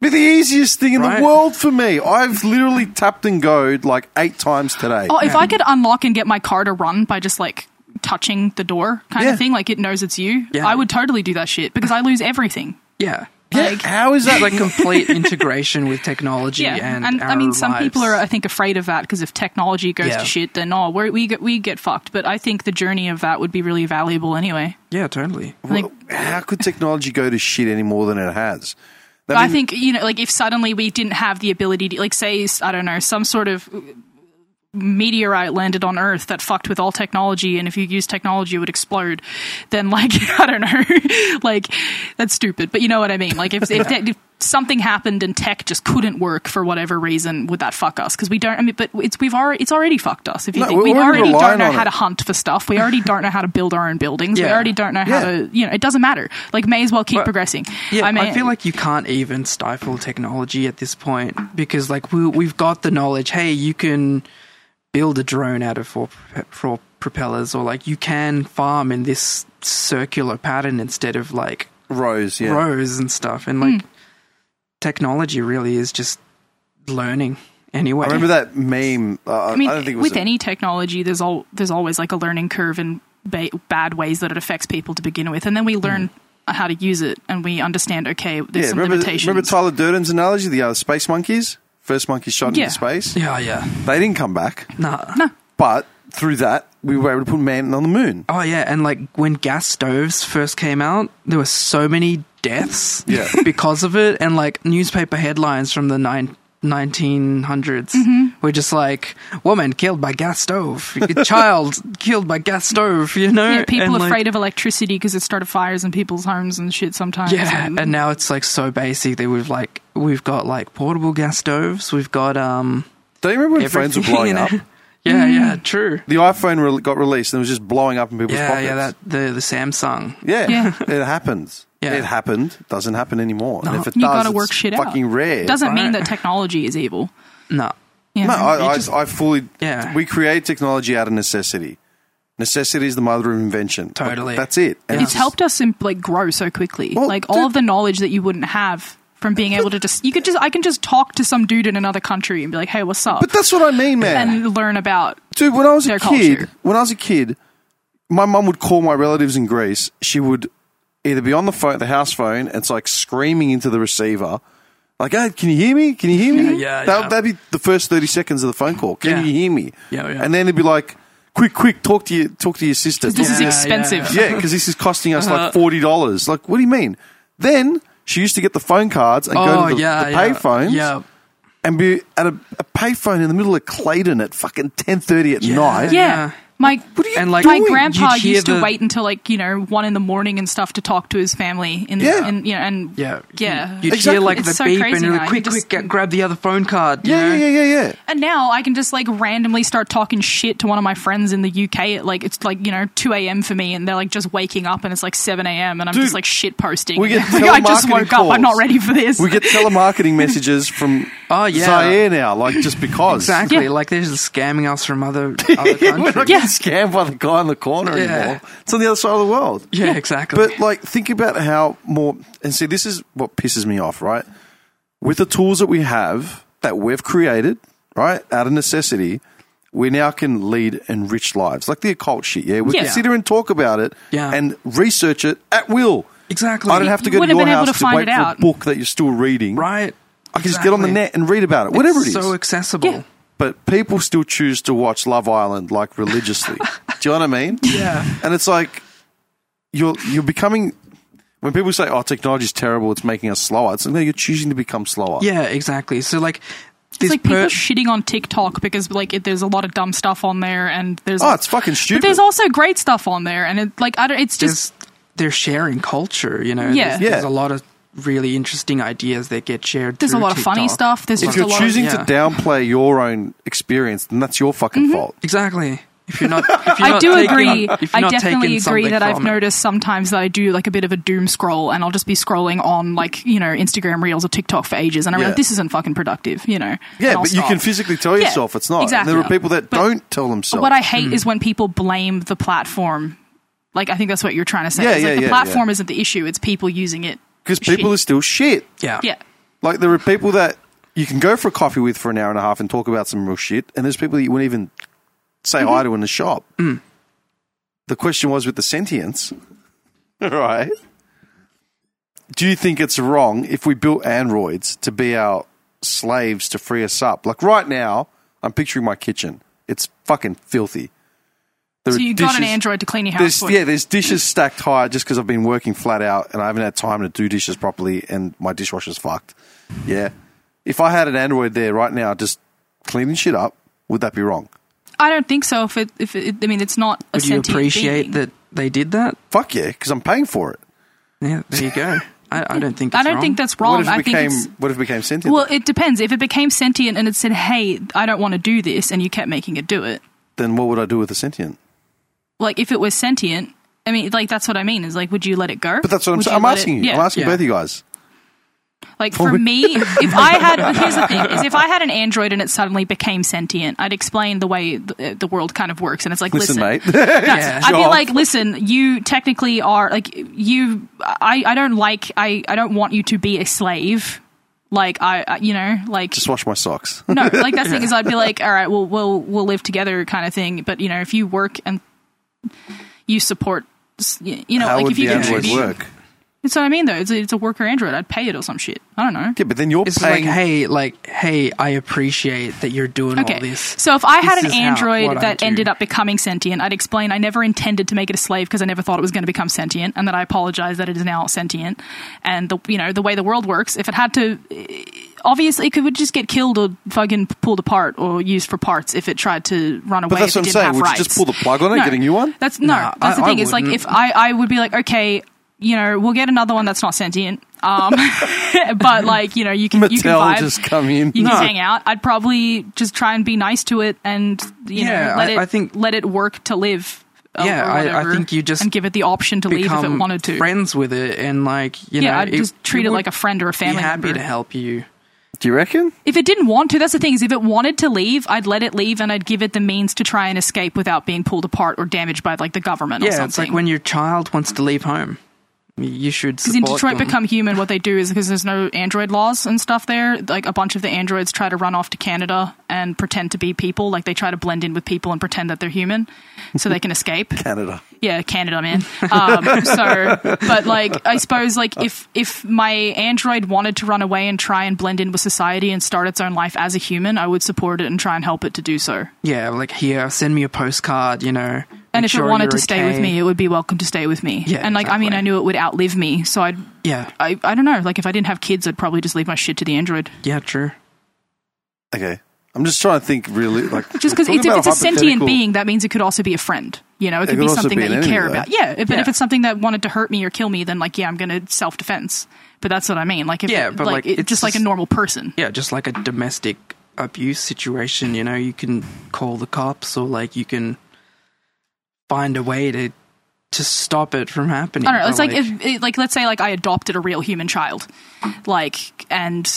A: be the easiest thing in
C: Right.
A: the world for me. I've literally tapped and goed like eight times today.
B: Oh, if I could unlock and get my car to run by just like touching the door kind
A: Yeah.
B: of thing, like it knows it's you,
C: Yeah.
B: I would totally do that shit because I lose everything.
C: yeah.
A: yeah, how is that
C: It's like complete integration with technology
B: Yeah,
C: and,
B: and, I
C: our
B: mean, some
C: lives.
B: people are, I think, afraid of that because if technology goes
C: Yeah.
B: to shit, then oh, we're, we get we get fucked. But I think the journey of that would be really valuable anyway.
C: Yeah, totally.
B: I think,
A: how could technology go to shit any more than it has? That
B: I
A: mean-
B: think you know, like if suddenly we didn't have the ability to, like, say, I don't know, some sort of uh, meteorite landed on Earth that fucked with all technology, and if you use technology, it would explode. Then, like, I don't know, like that's stupid, but you know what I mean. Like, if if, that, if something happened and tech just couldn't work for whatever reason, would that fuck us? Because we don't. I mean, but it's we've already it's already fucked us. If you
A: No,
B: think
A: we're
B: we
A: already
B: already
A: relying
B: don't know
A: on
B: how
A: it.
B: to hunt for stuff, we already don't know how to build our own buildings. We
C: Yeah.
B: already don't know how
A: Yeah.
B: to. You know, it doesn't matter. Like, may as well keep
C: Well,
B: progressing.
C: Yeah, I,
B: mean,
C: feel like you can't even stifle technology at this point because, like, we, we've got the knowledge. Hey, you can build a drone out of four, prope- four propellers, or like you can farm in this circular pattern instead of like
A: Rose, yeah,
C: rows and stuff. And like,
B: Hmm.
C: technology really is just learning anyway.
A: I remember that meme. Uh, I,
B: I mean,
A: don't think it was
B: with
A: a-
B: any technology, there's all there's always like a learning curve and ba- bad ways that it affects people to begin with, and then we learn how to use it and we understand. Okay, there's
A: Mm. yeah,
B: some
A: remember,
B: limitations.
A: remember Tyler Durden's analogy, the uh, space monkeys, first monkey shot
B: Yeah.
A: into space.
C: Yeah, yeah.
A: They didn't come back.
C: Nah.
A: But through that, we were able to put man on the moon.
C: Oh yeah, and like when gas stoves first came out, there were so many deaths
A: Yeah.
C: because of it, and like newspaper headlines from the nine. 1900s
B: Mm-hmm.
C: were just like woman killed by gas stove child killed by gas stove you know
B: yeah, people
C: And, like,
B: afraid of electricity because it started fires in people's homes and shit sometimes.
C: yeah
B: and,
C: and now it's like so basic that we've like we've got like portable gas stoves we've got um
A: Don't you remember when phones were
C: everything
A: blowing
C: in
A: up?
C: it. yeah yeah
B: Mm-hmm.
C: true
A: The iPhone re- got released and it was just blowing up in people's
C: yeah
A: pockets.
C: yeah that the the samsung
A: Yeah, it happens.
C: Yeah.
A: It happened. Doesn't happen anymore. and if it
B: you
A: does,
B: gotta
A: it's
B: work shit out.
A: fucking rare.
B: doesn't mean
C: Right.
B: that technology is evil.
C: no
B: You
A: No,
B: know?
A: I, I,
C: just-
A: I fully.
C: Yeah.
A: We create technology out of necessity. Necessity is the mother of invention.
C: Totally.
A: That's it. And
B: it's
A: just-
B: helped us in, like grow so quickly.
A: Well,
B: like all
A: the-
B: of the knowledge that you wouldn't have from being able to just you could just I can just talk to some dude in another country and be like, hey, what's up?
A: But that's what I mean, man.
B: and learn about
A: Dude, when I was a
B: their
A: kid,
B: culture.
A: when I was a kid, my mum would call my relatives in Greece. She would either be on the phone, the house phone, and it's like screaming into the receiver, like, "Hey, can you hear me? Can you hear me?"
C: Yeah, yeah,
A: that,
C: yeah.
A: That'd be the first thirty seconds of the phone call. Can
C: Yeah.
A: you hear me?
C: Yeah, yeah.
A: And then they'd be like, "Quick, quick, talk to your talk to your sister."
B: this is
C: Yeah,
B: expensive.
C: yeah.
A: yeah, because this is costing us
C: Uh-huh.
A: like forty dollars. Like, what do you mean? Then she used to get the phone cards and go to the, the pay phones
C: Oh, yeah
A: and be at a, a pay phone in the middle of Clayton at fucking ten thirty at night.
B: Yeah.
C: Yeah.
B: My
A: are you
C: And, like,
B: my
C: doing?
B: grandpa
C: You'd hear
B: used to
C: the-
B: wait until like you know one in the morning and stuff to talk to his family. In,
A: Yeah.
B: in you know, and
C: Yeah.
B: yeah.
C: You'd
A: Exactly.
C: hear like
B: It's
C: the
B: so
C: beep
B: crazy
C: and you're
B: now.
C: like,
B: You
C: quick,
B: just-
C: quick, get, grab the other phone card. you
A: Yeah,
C: know?
A: yeah, yeah, yeah, yeah.
B: and now I can just like randomly start talking shit to one of my friends in the UK at like it's like you know two a.m. for me, and they're like just waking up and it's like seven a.m. and I'm
A: Dude,
B: just like shit posting.
A: we get
B: I just
A: telemarketing
B: woke up.
A: calls.
B: I'm not ready for this.
A: We get telemarketing messages from
C: Oh, yeah.
A: Zaire now, like just because.
C: Exactly.
B: Yeah.
C: Like they're just scamming us from other other
A: Yeah, we're not
C: countries.
A: getting
B: Yeah.
A: scammed by the guy in the corner
C: Yeah.
A: anymore. It's on the other side of the world.
C: Yeah, exactly.
A: But like, think about how more. And see, this is what pisses me off, right? With the tools that we have that we've created, right, out of necessity, we now can lead enriched lives, like the occult shit. Yeah, we
B: Yeah.
A: can sit here and talk about it
C: Yeah.
A: and research it at will.
C: Exactly.
A: I don't have to
B: You
A: go to
B: wouldn't
A: your
B: have been able
A: house to,
B: to find
A: wait
B: it
A: for
B: out.
A: a book that you're still reading.
C: right.
A: I can just get on the
C: Exactly.
A: net and read about it, whatever
C: it's
A: it is.
C: so accessible.
A: but people still choose to watch Love Island like religiously. Do you know what I mean?
C: Yeah.
A: And it's like you're you're becoming. When people say, "Oh, technology's terrible; it's making us slower," it's like no, you're choosing to become slower.
C: Yeah, exactly. So like
B: It's
C: this
B: like people
C: per-
B: shitting on TikTok because like it, there's a lot of dumb stuff on there, and there's
A: Oh, it's fucking stupid.
B: but there's also great stuff on there, and it, like I don't. It's just
C: there's, they're sharing culture, you know.
B: Yeah.
C: There's,
A: Yeah.
C: there's a lot of really interesting ideas that get shared.
B: there's a
C: through
B: lot of funny
C: TikTok.
B: stuff. There's
A: if
B: just
A: you're
B: a lot
A: choosing
B: of,
C: yeah.
A: to downplay your own experience, then that's your fucking
B: Mm-hmm.
A: fault.
C: Exactly. If you're not, if you're
B: I
C: not
B: do
C: taking-
B: agree.
C: if you're
B: I
C: not
B: definitely
C: taking
B: agree
C: something
B: that I've
C: from it.
B: noticed sometimes that I do like a bit of a doom scroll, and I'll just be scrolling on like you know Instagram Reels or TikTok for ages, and I'm
A: Yeah.
B: like, this isn't fucking productive, you know.
A: Yeah,
B: and I'll
A: but you
B: stop.
A: can physically tell
B: Yeah,
A: yourself it's not.
B: exactly.
A: And there are people that
B: But-
A: don't tell themselves.
B: What I hate is when people blame the platform. Like I think that's what you're trying to say.
A: Yeah,
B: It's like
A: yeah,
B: the
A: yeah,
B: platform
A: yeah.
B: isn't the issue; it's people using it.
A: because people
B: Shit.
A: are still shit.
C: Yeah.
B: Yeah,
A: Like there are people that you can go for a coffee with for an hour and a half and talk about some real shit, and there's people that you wouldn't even say hi
B: Mm-hmm.
A: to in the shop.
B: Mm.
A: The question was with the sentience, right? Do you think it's wrong if we built androids to be our slaves to free us up? Like right now, I'm picturing my kitchen. It's fucking filthy. There
B: so
A: are
B: you got an
A: dishes-
B: Android to clean your house
A: there's,
B: for you.
A: yeah, there's dishes stacked high just because I've been working flat out and I haven't had time to do dishes properly, and my dishwasher's fucked. Yeah, if I had an Android there right now, just cleaning shit up, would that be wrong?
B: I don't think so. If it, if it, I mean, it's not. A
C: Would you
B: sentient
C: appreciate
B: being.
C: that they did that?
A: Fuck yeah, because I'm paying for it.
C: Yeah. There you go. I, I don't think. It's
B: I don't
C: wrong.
B: think that's wrong.
A: what if it
B: I think
A: became
B: it's,
A: What if it became sentient?
B: well,
A: though?
B: it depends. If it became sentient and it said, "Hey, I don't want to do this," and you kept making it do it,
A: then what would I do with a sentient?
B: like if it was sentient, I mean, like that's what I mean. Is like, would you let it go?
A: But that's what I'm
B: Would
A: saying. I'm
B: let
A: asking
B: it-
A: you. I'm
B: yeah.
A: asking
C: Yeah.
A: both of you guys.
B: Like for me, if I had here's the thing is if I had an android and it suddenly became sentient, I'd explain the way uh, the, the world kind of works, and it's like
A: Listen,
B: listen,
A: mate.
C: Yeah.
B: I'd be
A: Job.
B: like, listen, you technically are like you. I, I don't like. I, I don't want you to be a slave. Like I, I you know, like
A: just wash my socks.
B: no, like that's the thing is I'd be like, all right, well, we'll we'll live together, kind of thing. But you know, if you work and you support, s- y- you know,
A: How
B: like
A: would
B: if you
A: the Android
B: contribute,
A: work?
B: it's what I mean though. It's a, it's a worker Android. I'd pay it or some shit. I don't know.
A: Yeah, but then you're
C: It's
A: paying.
C: like, hey, like, hey, I appreciate that you're doing all
B: Okay,
C: this.
B: so if I had
C: This
B: an
C: is how- what
B: android
C: I
B: that
C: do.
B: ended up becoming sentient, I'd explain I never intended to make it a slave because I never thought it was going to become sentient, and that I apologize that it is now sentient. And the you know the way the world works, if it had to, obviously it could would just get killed or fucking pulled apart or used for parts if it tried to run away.
A: but that's
B: if
A: what
B: it
A: I'm
B: didn't
A: saying.
B: have
A: Would you
B: rights.
A: just pull the plug on it,
B: No.
A: get a new one?
B: That's no.
C: No,
B: that's
C: I-
B: the
C: I
B: thing. It's like
C: wouldn't.
B: if I, I would be like, okay, you know, we'll get another one that's not sentient. Um, but like, you know, you can you can
A: Mattel
B: vibe.
A: just come in.
B: You
A: No.
B: can hang out. I'd probably just try and be nice to it, and you
C: Yeah,
B: know, let
C: I-
B: it
C: I think-
B: let it work to live. or-
C: Yeah,
B: or
C: I- I
B: whatever,
C: think you just
B: and give it the option to leave if it
C: become
B: wanted to.
C: friends with it and like you
B: yeah,
C: know
B: I'd
C: it-
B: just treat it
C: would
B: like a friend or a
C: be
B: family
C: happy
B: member.
C: to help you
A: Do you reckon?
B: If it didn't want to, that's the thing is, if it wanted to leave, I'd let it leave, and I'd give it the means to try and escape without being pulled apart or damaged by like the government or
C: yeah
B: something.
C: it's like when your child wants to leave home you should
B: Because
C: support
B: in Detroit
C: them.
B: Become Human, what they do is because there's no Android laws and stuff there, like a bunch of the androids try to run off to Canada and pretend to be people. Like they try to blend in with people and pretend that they're human so they can escape.
A: Canada.
B: Yeah, Canada, man. Um, so, but like, I suppose like if if my android wanted to run away and try and blend in with society and start its own life as a human, I would support it and try and help it to do so.
C: yeah like here send me a postcard you know
B: And
C: make
B: if
C: sure
B: it wanted
C: you're
B: to stay with
C: okay.
B: me, it would be welcome to stay with me.
C: Yeah,
B: and like, I mean,
C: exactly.
B: I knew it would outlive me, so I'd
C: yeah
B: I, I don't know. Like, if I didn't have kids, I'd probably just leave my shit to the android.
C: yeah true
A: Okay. I'm just trying to think really like
B: Just because
A: we're
B: it's,
A: talking
B: if
A: about
B: it's a sentient
A: hypothetical-
B: being, that means it could also be a friend. You know, it could,
A: could
B: be
A: also
B: something
A: be
B: that
A: an
B: you
A: enemy,
B: care
A: though.
B: about. Yeah, but
C: Yeah.
B: if it's something that wanted to hurt me or kill me, then like, yeah, I'm going to self defense. But that's what I mean. Like, if
C: Yeah,
B: it-
C: but,
B: like,
C: like,
B: it,
C: it's
B: just like a
C: just-
B: normal person.
C: yeah just like a domestic abuse situation you know you can call the cops or like you can find a way to to stop it from happening
B: I don't know.
C: but,
B: It's like, if, it, like let's say like I adopted a real human child, like and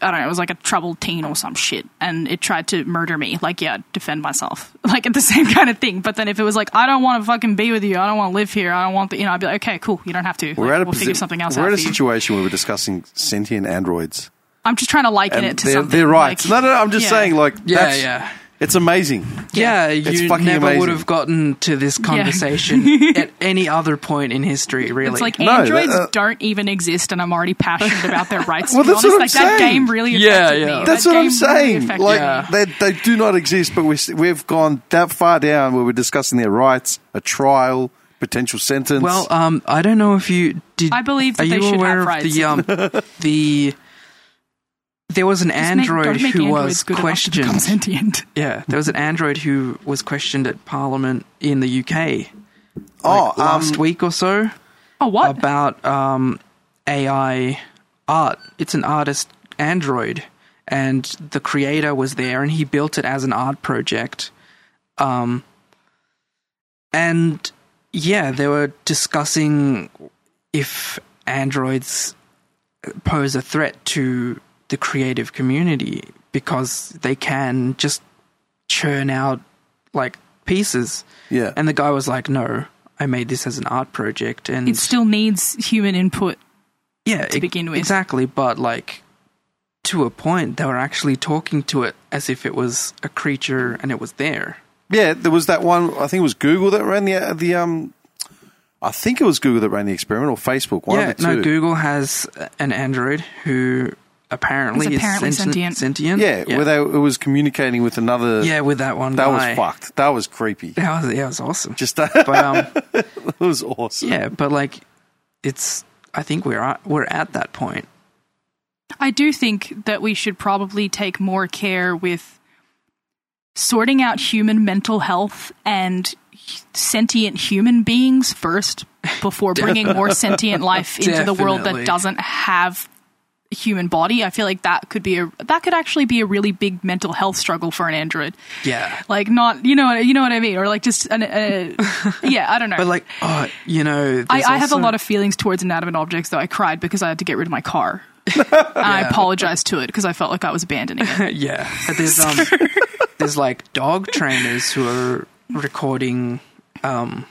B: I don't know, it was like a troubled teen or some shit, and it tried to murder me. Like yeah, I'd defend myself, like the same kind of thing. But then if it was like I don't want to fucking be with you, I don't want to live here, I don't want the, you know, I'd be like okay, cool, you don't have to.
A: We're
B: Like,
A: at a
B: we'll figure
A: posi-
B: something else
A: We're
B: out
A: at a
B: for you.
A: situation where we're discussing sentient androids.
B: I'm just trying to liken
A: And
B: it to
A: they're,
B: something.
A: they're right.
B: like-
A: no, no, no, I'm just
B: Yeah.
A: saying like
C: Yeah,
A: that's-
C: yeah.
A: It's amazing.
C: Yeah,
A: It's
C: you
A: fucking
C: never would
A: amazing.
C: have gotten to this conversation at any other point in history, really.
B: It's like
A: No,
B: androids
A: uh,
B: don't even exist, and I'm already passionate about their rights.
A: Well,
B: to be
A: that's what
B: honest, like
A: I'm
B: that
A: saying.
B: game really
C: Yeah,
B: affected
C: yeah.
B: me.
A: That's
B: That
A: what I'm
B: game really
A: saying.
B: affected
A: Like
B: me.
C: Yeah.
A: they, they do not exist, but we're, s- we've gone that far down where we're discussing their rights, a trial, potential sentence.
C: well, um, I don't know if you did.
B: I believe that
C: are
B: they
C: you
B: should have
C: aware of
B: rights.
C: the um, the there was an
B: Make- gotta
C: android
B: make
C: who
B: androids
C: was
B: good enough to become
C: questioned.
B: sentient.
C: Yeah, there was an android who was questioned at Parliament in the UK
A: oh, um,
C: last week or so
B: Oh, what?
C: about um, AI art. It's an artist android, and the creator was there, and he built it as an art project. Um, and yeah, they were discussing if androids pose a threat to the creative community because they can just churn out like pieces.
A: yeah.
C: And the guy was like, "No, I made this as an art project, and
B: it still needs human input.
C: yeah, e-
B: to begin with.
C: exactly." But like to a point, they were actually talking to it as if it was a creature and it was there.
A: Yeah, there was that one. I think it was Google that ran the the um. I think it was Google that ran the experiment, or Facebook. One
C: yeah,
A: of the two.
C: no, Google has an android who apparently
B: Is
C: is
B: apparently
C: sentient.
B: sentient.
C: sentient.
A: Yeah, where they it was communicating with another.
C: yeah, with that one
A: that
C: guy.
A: was fucked. That was creepy.
C: That was yeah, it was awesome.
A: Just that
C: But um,
A: was awesome.
C: yeah, but like it's. I think we're at, we're at that point.
B: I do think that we should probably take more care with sorting out human mental health and h- sentient human beings first before bringing more sentient life into the world
C: Definitely.
B: that doesn't have a human body. I feel like that could be a that could actually be a really big mental health struggle for an android.
C: Yeah,
B: Like not, you know, what- you know what I mean or like just an uh, yeah, I don't know.
C: but like oh, you know,
B: I,
C: there's
B: I have a
C: also-
B: lot of feelings towards inanimate objects, though. I cried because I had to get rid of my car. And I apologized to it because I felt like I was abandoning it.
C: Yeah, but there's um, there's like dog trainers who are recording um,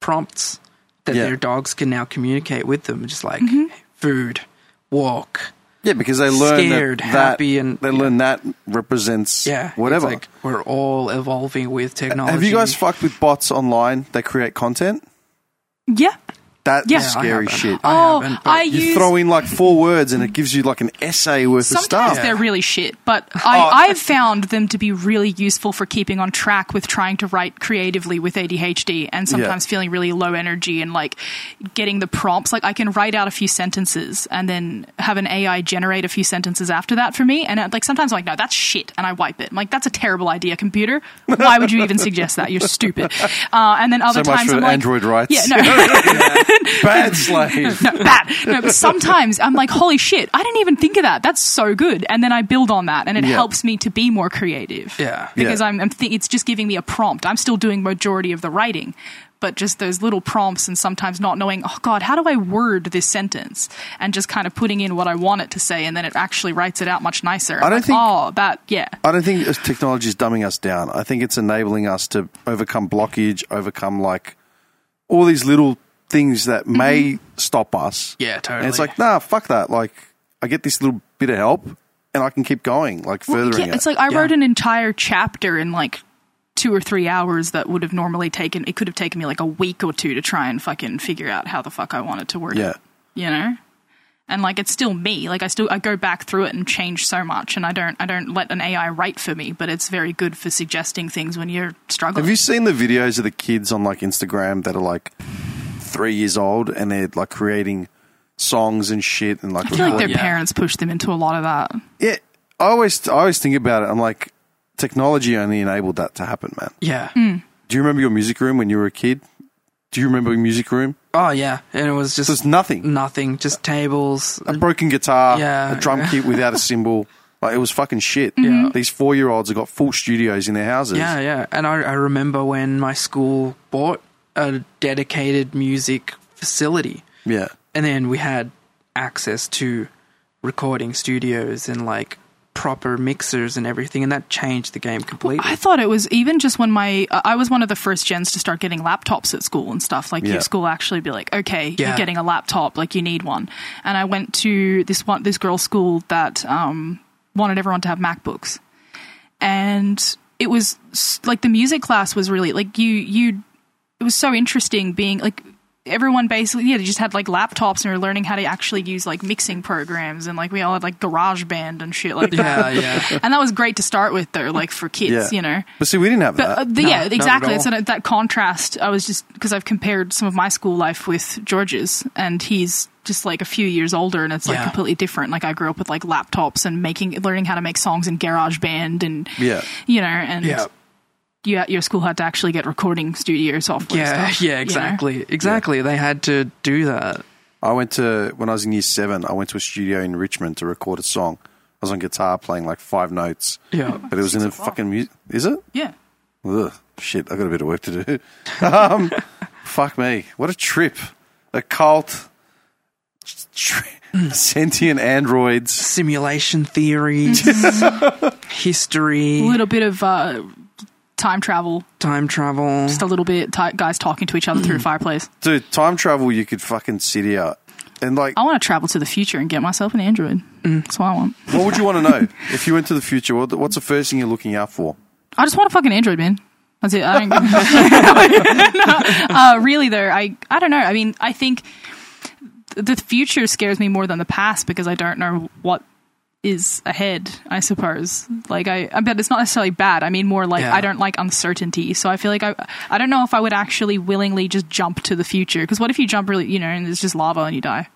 C: prompts that
A: Yeah. Mm-hmm.
C: their dogs can now communicate with them, just like food, walk.
A: Yeah, because they learn
C: Scared,
A: that,
C: happy, and-
A: they learn that represents
C: Yeah, it's
A: whatever.
C: like we're all evolving with technology.
A: Have you guys fucked with bots online that create content?
B: Yeah.
A: That's
B: Yeah. I
A: scary
C: haven't.
A: shit.
C: I
B: oh,
C: haven't, but
B: I
A: You
B: use.
A: throw in like four words and it gives you like an essay worth of
B: sometimes
A: stuff.
B: they're really shit, but I,
A: Oh.
B: I've found them to be really useful for keeping on track with trying to write creatively with ADHD and sometimes feeling really low energy and like getting the prompts. Like I can write out a few sentences and then have an AI generate a few sentences after that for me. And uh, like sometimes I'm like, no, that's shit. And I wipe it. I'm like, that's a terrible idea, computer. Why would you even suggest that? You're stupid. Uh, and then other
A: So much
B: times
A: for
B: I'm like,
A: Android rights.
B: Yeah, no.
A: Bad slave.
B: no, bad. No, but sometimes I'm like, holy shit, I didn't even think of that. That's so good. And then I build on that and it
A: Yeah.
B: helps me to be more creative.
C: Yeah.
B: Because
A: Yeah.
B: I'm, I'm th- it's just giving me a prompt. I'm still doing majority of the writing, but just those little prompts and sometimes not knowing, oh God, how do I word this sentence? And just kind of putting in what I want it to say and then it actually writes it out much nicer. I'm
A: don't
B: like,
A: think-
B: oh, that, yeah.
A: I don't think this technology is dumbing us down. I think it's enabling us to overcome blockage, overcome like all these little things that
B: Mm-hmm.
A: may stop us.
C: Yeah,
A: And it's
C: totally.
A: like, nah, fuck that. Like, I get this little bit of help and I can keep going, like furthering
B: yeah,
A: it.
B: It's like I
C: Yeah.
B: wrote an entire chapter in like two or three hours that would have normally taken. It could have taken me like a week or two to try and fucking figure out how the fuck I wanted to word
A: Yeah.
B: it. You know. And like it's still me. Like I still I go back through it and change so much, and I don't I don't let an AI write for me, but it's very good for suggesting things when you're struggling.
A: Have you seen the videos of the kids on like Instagram that are like three years old and they're like creating songs and shit and like,
B: I feel like their
A: recording-
C: Yeah.
B: parents pushed them into a lot of that.
A: yeah. I always, I always think about it. I'm like, technology only enabled that to happen, man.
C: Yeah.
A: Mm. Do you remember your music room when you were a kid? Do you remember your music room?
C: Oh yeah, and it was just
A: There's Oh, nothing.
C: nothing, just tables.
A: A broken guitar,
C: Yeah.
A: a drum kit without a cymbal. Like it was fucking shit.
B: Mm-hmm.
C: Yeah.
A: These four year olds have got full studios in their houses.
C: Yeah, yeah. And I, I remember when my school bought a dedicated music facility.
A: Yeah.
C: and then we had access to recording studios and like proper mixers and everything and that changed the game completely
B: I thought it was even just when my I was one of the first gens to start getting laptops at school and stuff. Like
A: Yeah.
B: your school actually be like, okay,
C: Yeah.
B: you're getting a laptop, like you need one. And I went to this one this girl's school that um, wanted everyone to have MacBooks, and it was s- like the music class was really like you you it was so interesting being like everyone basically yeah they just had like laptops and we were learning how to actually use like mixing programs and like we all had like garage band and shit like
C: Yeah,
B: that
C: yeah.
B: and that was great to start with though like for kids
A: Yeah.
B: you know
A: But see, we didn't have
B: but
A: that.
B: uh, the,
C: No,
B: yeah,
C: not at
B: exactly.
C: all.
B: It's that, that contrast. I was just because I've compared some of my school life with George's, and he's just like a few years older, and it's like
C: Yeah.
B: completely different. Like I grew up with like laptops and making, learning how to make songs in GarageBand, and
A: yeah.
B: you know, and
C: Yeah.
B: you at your school had to actually get recording studio software.
C: Yeah,
B: stuff, you
C: yeah,
B: know?
C: exactly. Exactly. They had to do that.
A: I went to when I was in year seven. I went to a studio in Richmond to record a song. I was on guitar playing like five notes,
C: Yeah.
A: but it was in a fucking music. Is it?
B: Yeah.
A: Ugh, shit, I got a bit of work to do. um, fuck me, what a trip! A cult, tri- sentient androids.
C: Simulation theories, history,
B: a little bit of uh, time travel,
C: time travel.
B: just a little bit. Ti guys talking to each other
C: Mm-hmm.
B: through a fireplace.
A: Dude, time travel, you could fucking sit here. And like,
B: I want to travel to the future and get myself an android. That's what I want.
A: what would you want to know if you went to the future? What, what's the first thing you're looking out for?
B: I just want a fucking Android, man. That's it. I don't no, uh, really, though, I, I don't know. I mean, I think th- the future scares me more than the past because I don't know what is ahead, I suppose. Like, I, I bet it's not necessarily bad. I mean, more like
C: Yeah.
B: I don't like uncertainty. So I feel like I, I don't know if I would actually willingly just jump to the future. Because what if you jump really, you know, and it's just lava and you die?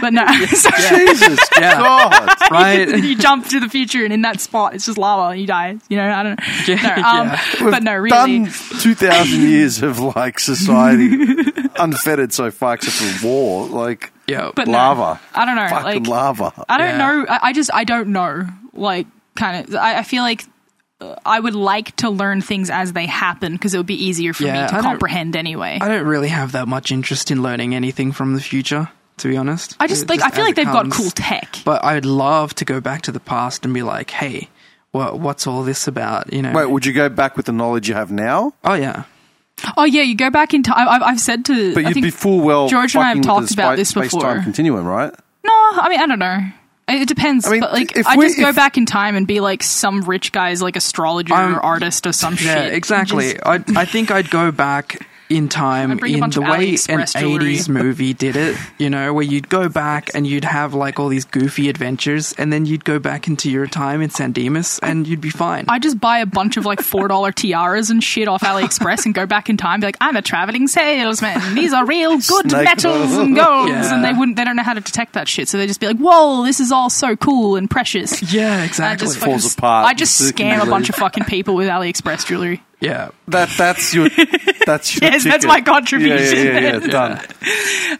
B: But no,
A: Jesus
C: Yeah.
A: God!
C: Right?
B: you jump to the future and in that spot it's just lava and you die you know i don't know
C: Yeah,
B: no, um,
C: yeah.
B: but no really
A: Done two thousand years of like society unfettered so far, except for war, like
C: Yeah.
B: but no,
A: lava,
B: i don't know
A: fucking
B: like
A: lava.
B: i don't
C: Yeah.
B: know I, I just i don't know like kind of I, I feel like uh, i would like to learn things as they happen because it would be easier for
C: Yeah,
B: me to
C: I don't-
B: comprehend anyway
C: I don't really have that much interest in learning anything from the future, to be honest.
B: I just
C: It-
B: like I feel
C: as
B: like
C: it
B: they've got
C: comes.
B: cool tech.
C: But I'd love to go back to the past and be like, hey, what, what's all this about? You know?
A: Wait, would you go back with the knowledge you have now?
C: oh, yeah.
B: Oh yeah, you go back in time. I've, I've said to
A: But
B: I
A: you'd
B: think
A: be full well.
B: George and I have
A: fucking with
B: talked
A: the
B: about
A: spa-
B: this before.
A: Space-time continuum, right?
B: No, I mean I don't know. It it depends.
A: mean,
B: but like
A: if
B: I
A: we-
B: just go
A: if-
B: back in time and be like some rich guy's like astrologer
C: I'm-
B: or artist or some
C: Yeah,
B: shit.
C: exactly.
B: Just-
C: I I think I'd go back in time
B: bring a
C: in
B: bunch
C: the
B: of
C: way an
B: AliExpress jewelry.
C: eighties movie did it, you know, where you'd go back and you'd have like all these goofy adventures and then you'd go back into your time in San Dimas and you'd be fine.
B: I just buy a bunch of like four dollar tiaras and shit off AliExpress and go back in time. Be like, I'm a traveling salesman. These are real good
A: Snake
B: metals
A: oil.
B: and golds,
C: Yeah.
B: and they wouldn't. They don't know how to detect that shit, so they just be like, "Whoa, this is all so cool and precious."
C: yeah,
B: And I
C: exactly.
B: just
A: Falls
B: fucking-
A: apart.
B: I just scam a bunch of fucking people with AliExpress jewelry.
C: yeah.
A: That that's your that's your
B: Yes,
A: ticket.
B: that's my contribution. Ah,
A: Yeah, yeah, yeah, yeah, done.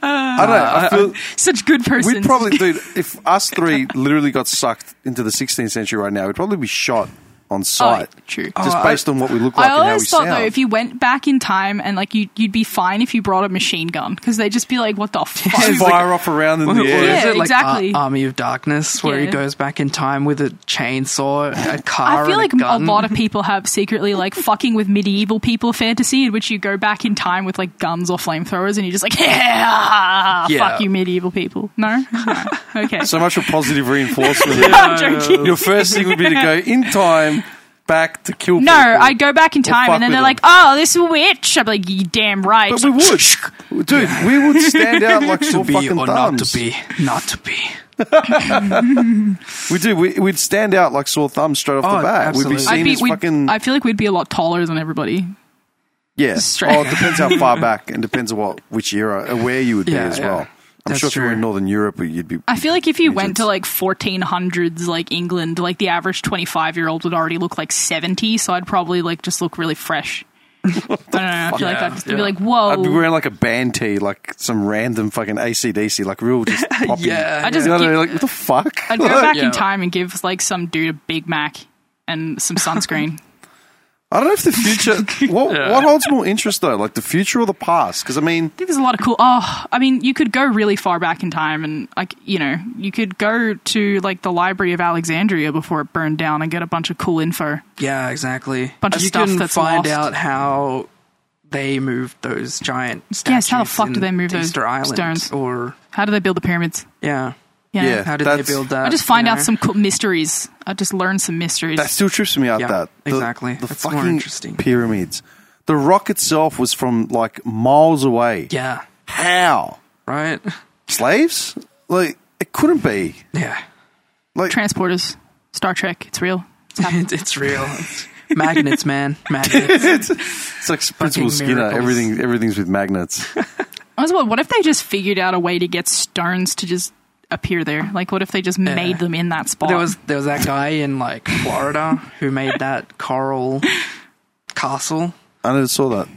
A: I don't know. I feel
B: Such good persons.
A: we'd probably dude if us three literally got sucked into the 16th century right now, we'd probably be shot on site.
B: Oh, true.
A: Just
C: Oh,
A: based on what we look like
B: I
A: and how we
B: always thought
A: sound.
B: though, if you went back in time and like you, you'd be fine if you brought a machine gun because they'd just be like, "What the fuck?"
C: Yes.
A: fire off around in
C: Or
A: the air.
B: Yeah,
C: is it like
B: exactly.
C: Ar- Army of Darkness, where he
B: Yeah.
C: goes back in time with a chainsaw, a car,
B: I feel
C: and
B: like
C: a,
B: a,
C: gun?
B: lot of people have secretly like fucking with medieval people fantasy in which you go back in time with like guns or flamethrowers and you're just like, yeah,
C: Yeah.
B: fuck you, medieval people. No, no. okay.
A: So much for positive reinforcement.
B: I'm joking.
A: Your first thing would be to go in time back to kill
B: No,
A: people.
B: I go back in time
A: fuck
B: and then
A: with
B: they're
A: them.
B: like, "Oh, this is a witch." I'm like, "You damn right."
A: But we would. Dude, we would stand out like
C: to
A: sore
C: be
A: fucking
C: or not
A: thumbs.
C: to be, not to be.
A: We do. We, we'd stand out like sore thumbs straight off
C: Oh,
A: the bat. We'd
C: absolutely.
A: be
B: I'd
A: seen
B: be,
A: as
B: we'd-
A: fucking.
B: I feel like we'd be a lot taller than everybody.
A: yeah.
B: straight.
A: Oh, it depends how far back and depends on what which era, uh, where you would
C: Yeah,
A: be as
C: yeah.
A: well. I'm
C: That's
A: sure if you were in
C: true.
A: Northern Europe, uh, you'd be.
B: I feel like if you went
A: Midgets.
B: to like 1400s, like England, like the average 25 year old would already look like 70, so I'd probably like just look really fresh. I don't know. I feel like
C: Yeah,
B: I'd just be
C: yeah.
B: like, whoa.
A: I'd be wearing like a band tee, like some random fucking ACDC, like real just poppy.
C: Yeah,
B: I just
A: You know what I
B: give-
A: mean? Like, what the fuck?
B: I'd go back
C: Yeah.
B: in time and give like some dude a Big Mac and some sunscreen.
A: I don't know if the future. What, what holds more interest though, like the future or the past? Because I mean,
B: I think there's a lot of cool. Oh, I mean, you could go really far back in time, and like you know, you could go to like the Library of Alexandria before it burned down and get a bunch of cool info.
C: Yeah, exactly.
B: Bunch of
C: you
B: stuff
C: can
B: that's
C: find
B: lost.
C: out how they moved those giant statues.
B: Yes, how the fuck
C: in
B: did they move those
C: Easter Island
B: stones?
C: Or
B: How do they build the pyramids?
C: yeah,
B: You know?
A: Yeah.
C: How did they
A: That's-
C: build that?
B: I just find
C: you
B: out
C: know?
B: some cool mysteries. I just learn some mysteries.
A: That still trips me out.
C: Yeah,
A: that The-
C: exactly.
A: The
C: That's more
A: fucking
C: interesting.
A: pyramids. The rock itself was from like miles away.
C: Yeah.
A: How
C: Right.
A: slaves? Like it couldn't be.
C: Yeah.
A: Like
B: Transporters, Star Trek. It's real. It's happening.
C: It's, it's real. It's magnets, man.
A: it's
C: Magnets.
A: like Principal Skinner.
C: miracles.
A: Everything everything's with magnets.
B: I was like, what if they just figured out a way to get stones to just appear there? Like, what if they just made them in that spot?
C: There was there was that guy in like Florida who made that coral castle.
A: I never saw that.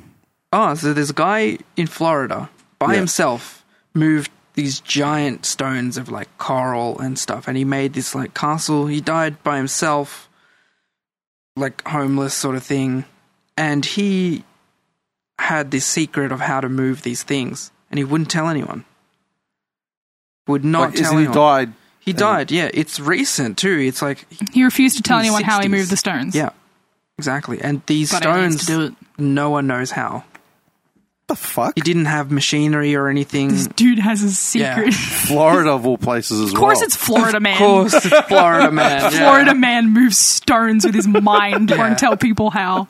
C: Oh, so there's a guy in Florida by
A: Yeah.
C: himself moved these giant stones of like coral and stuff, and he made this like castle. He died by himself, like homeless sort of thing, and he had this secret of how to move these things, and he wouldn't tell anyone. Would not
A: Like,
C: tell
A: isn't he
C: anyone.
A: died?
C: He died. Yeah, it's recent too. It's like
B: he refused to tell
C: in the
B: anyone how he
C: 60s.
B: moved the stones.
C: yeah, exactly. And these
B: Got aliens to
C: stones,
B: do it.
C: no one knows how.
A: What the fuck?
C: He didn't have machinery or anything.
B: This dude has his
C: Yeah.
B: secret.
A: Florida of all places as
B: of course,
A: well.
B: it's Florida man.
C: Of course, it's Florida man. yeah.
B: Florida man moves stones with his mind
C: Yeah.
B: won't tell people how.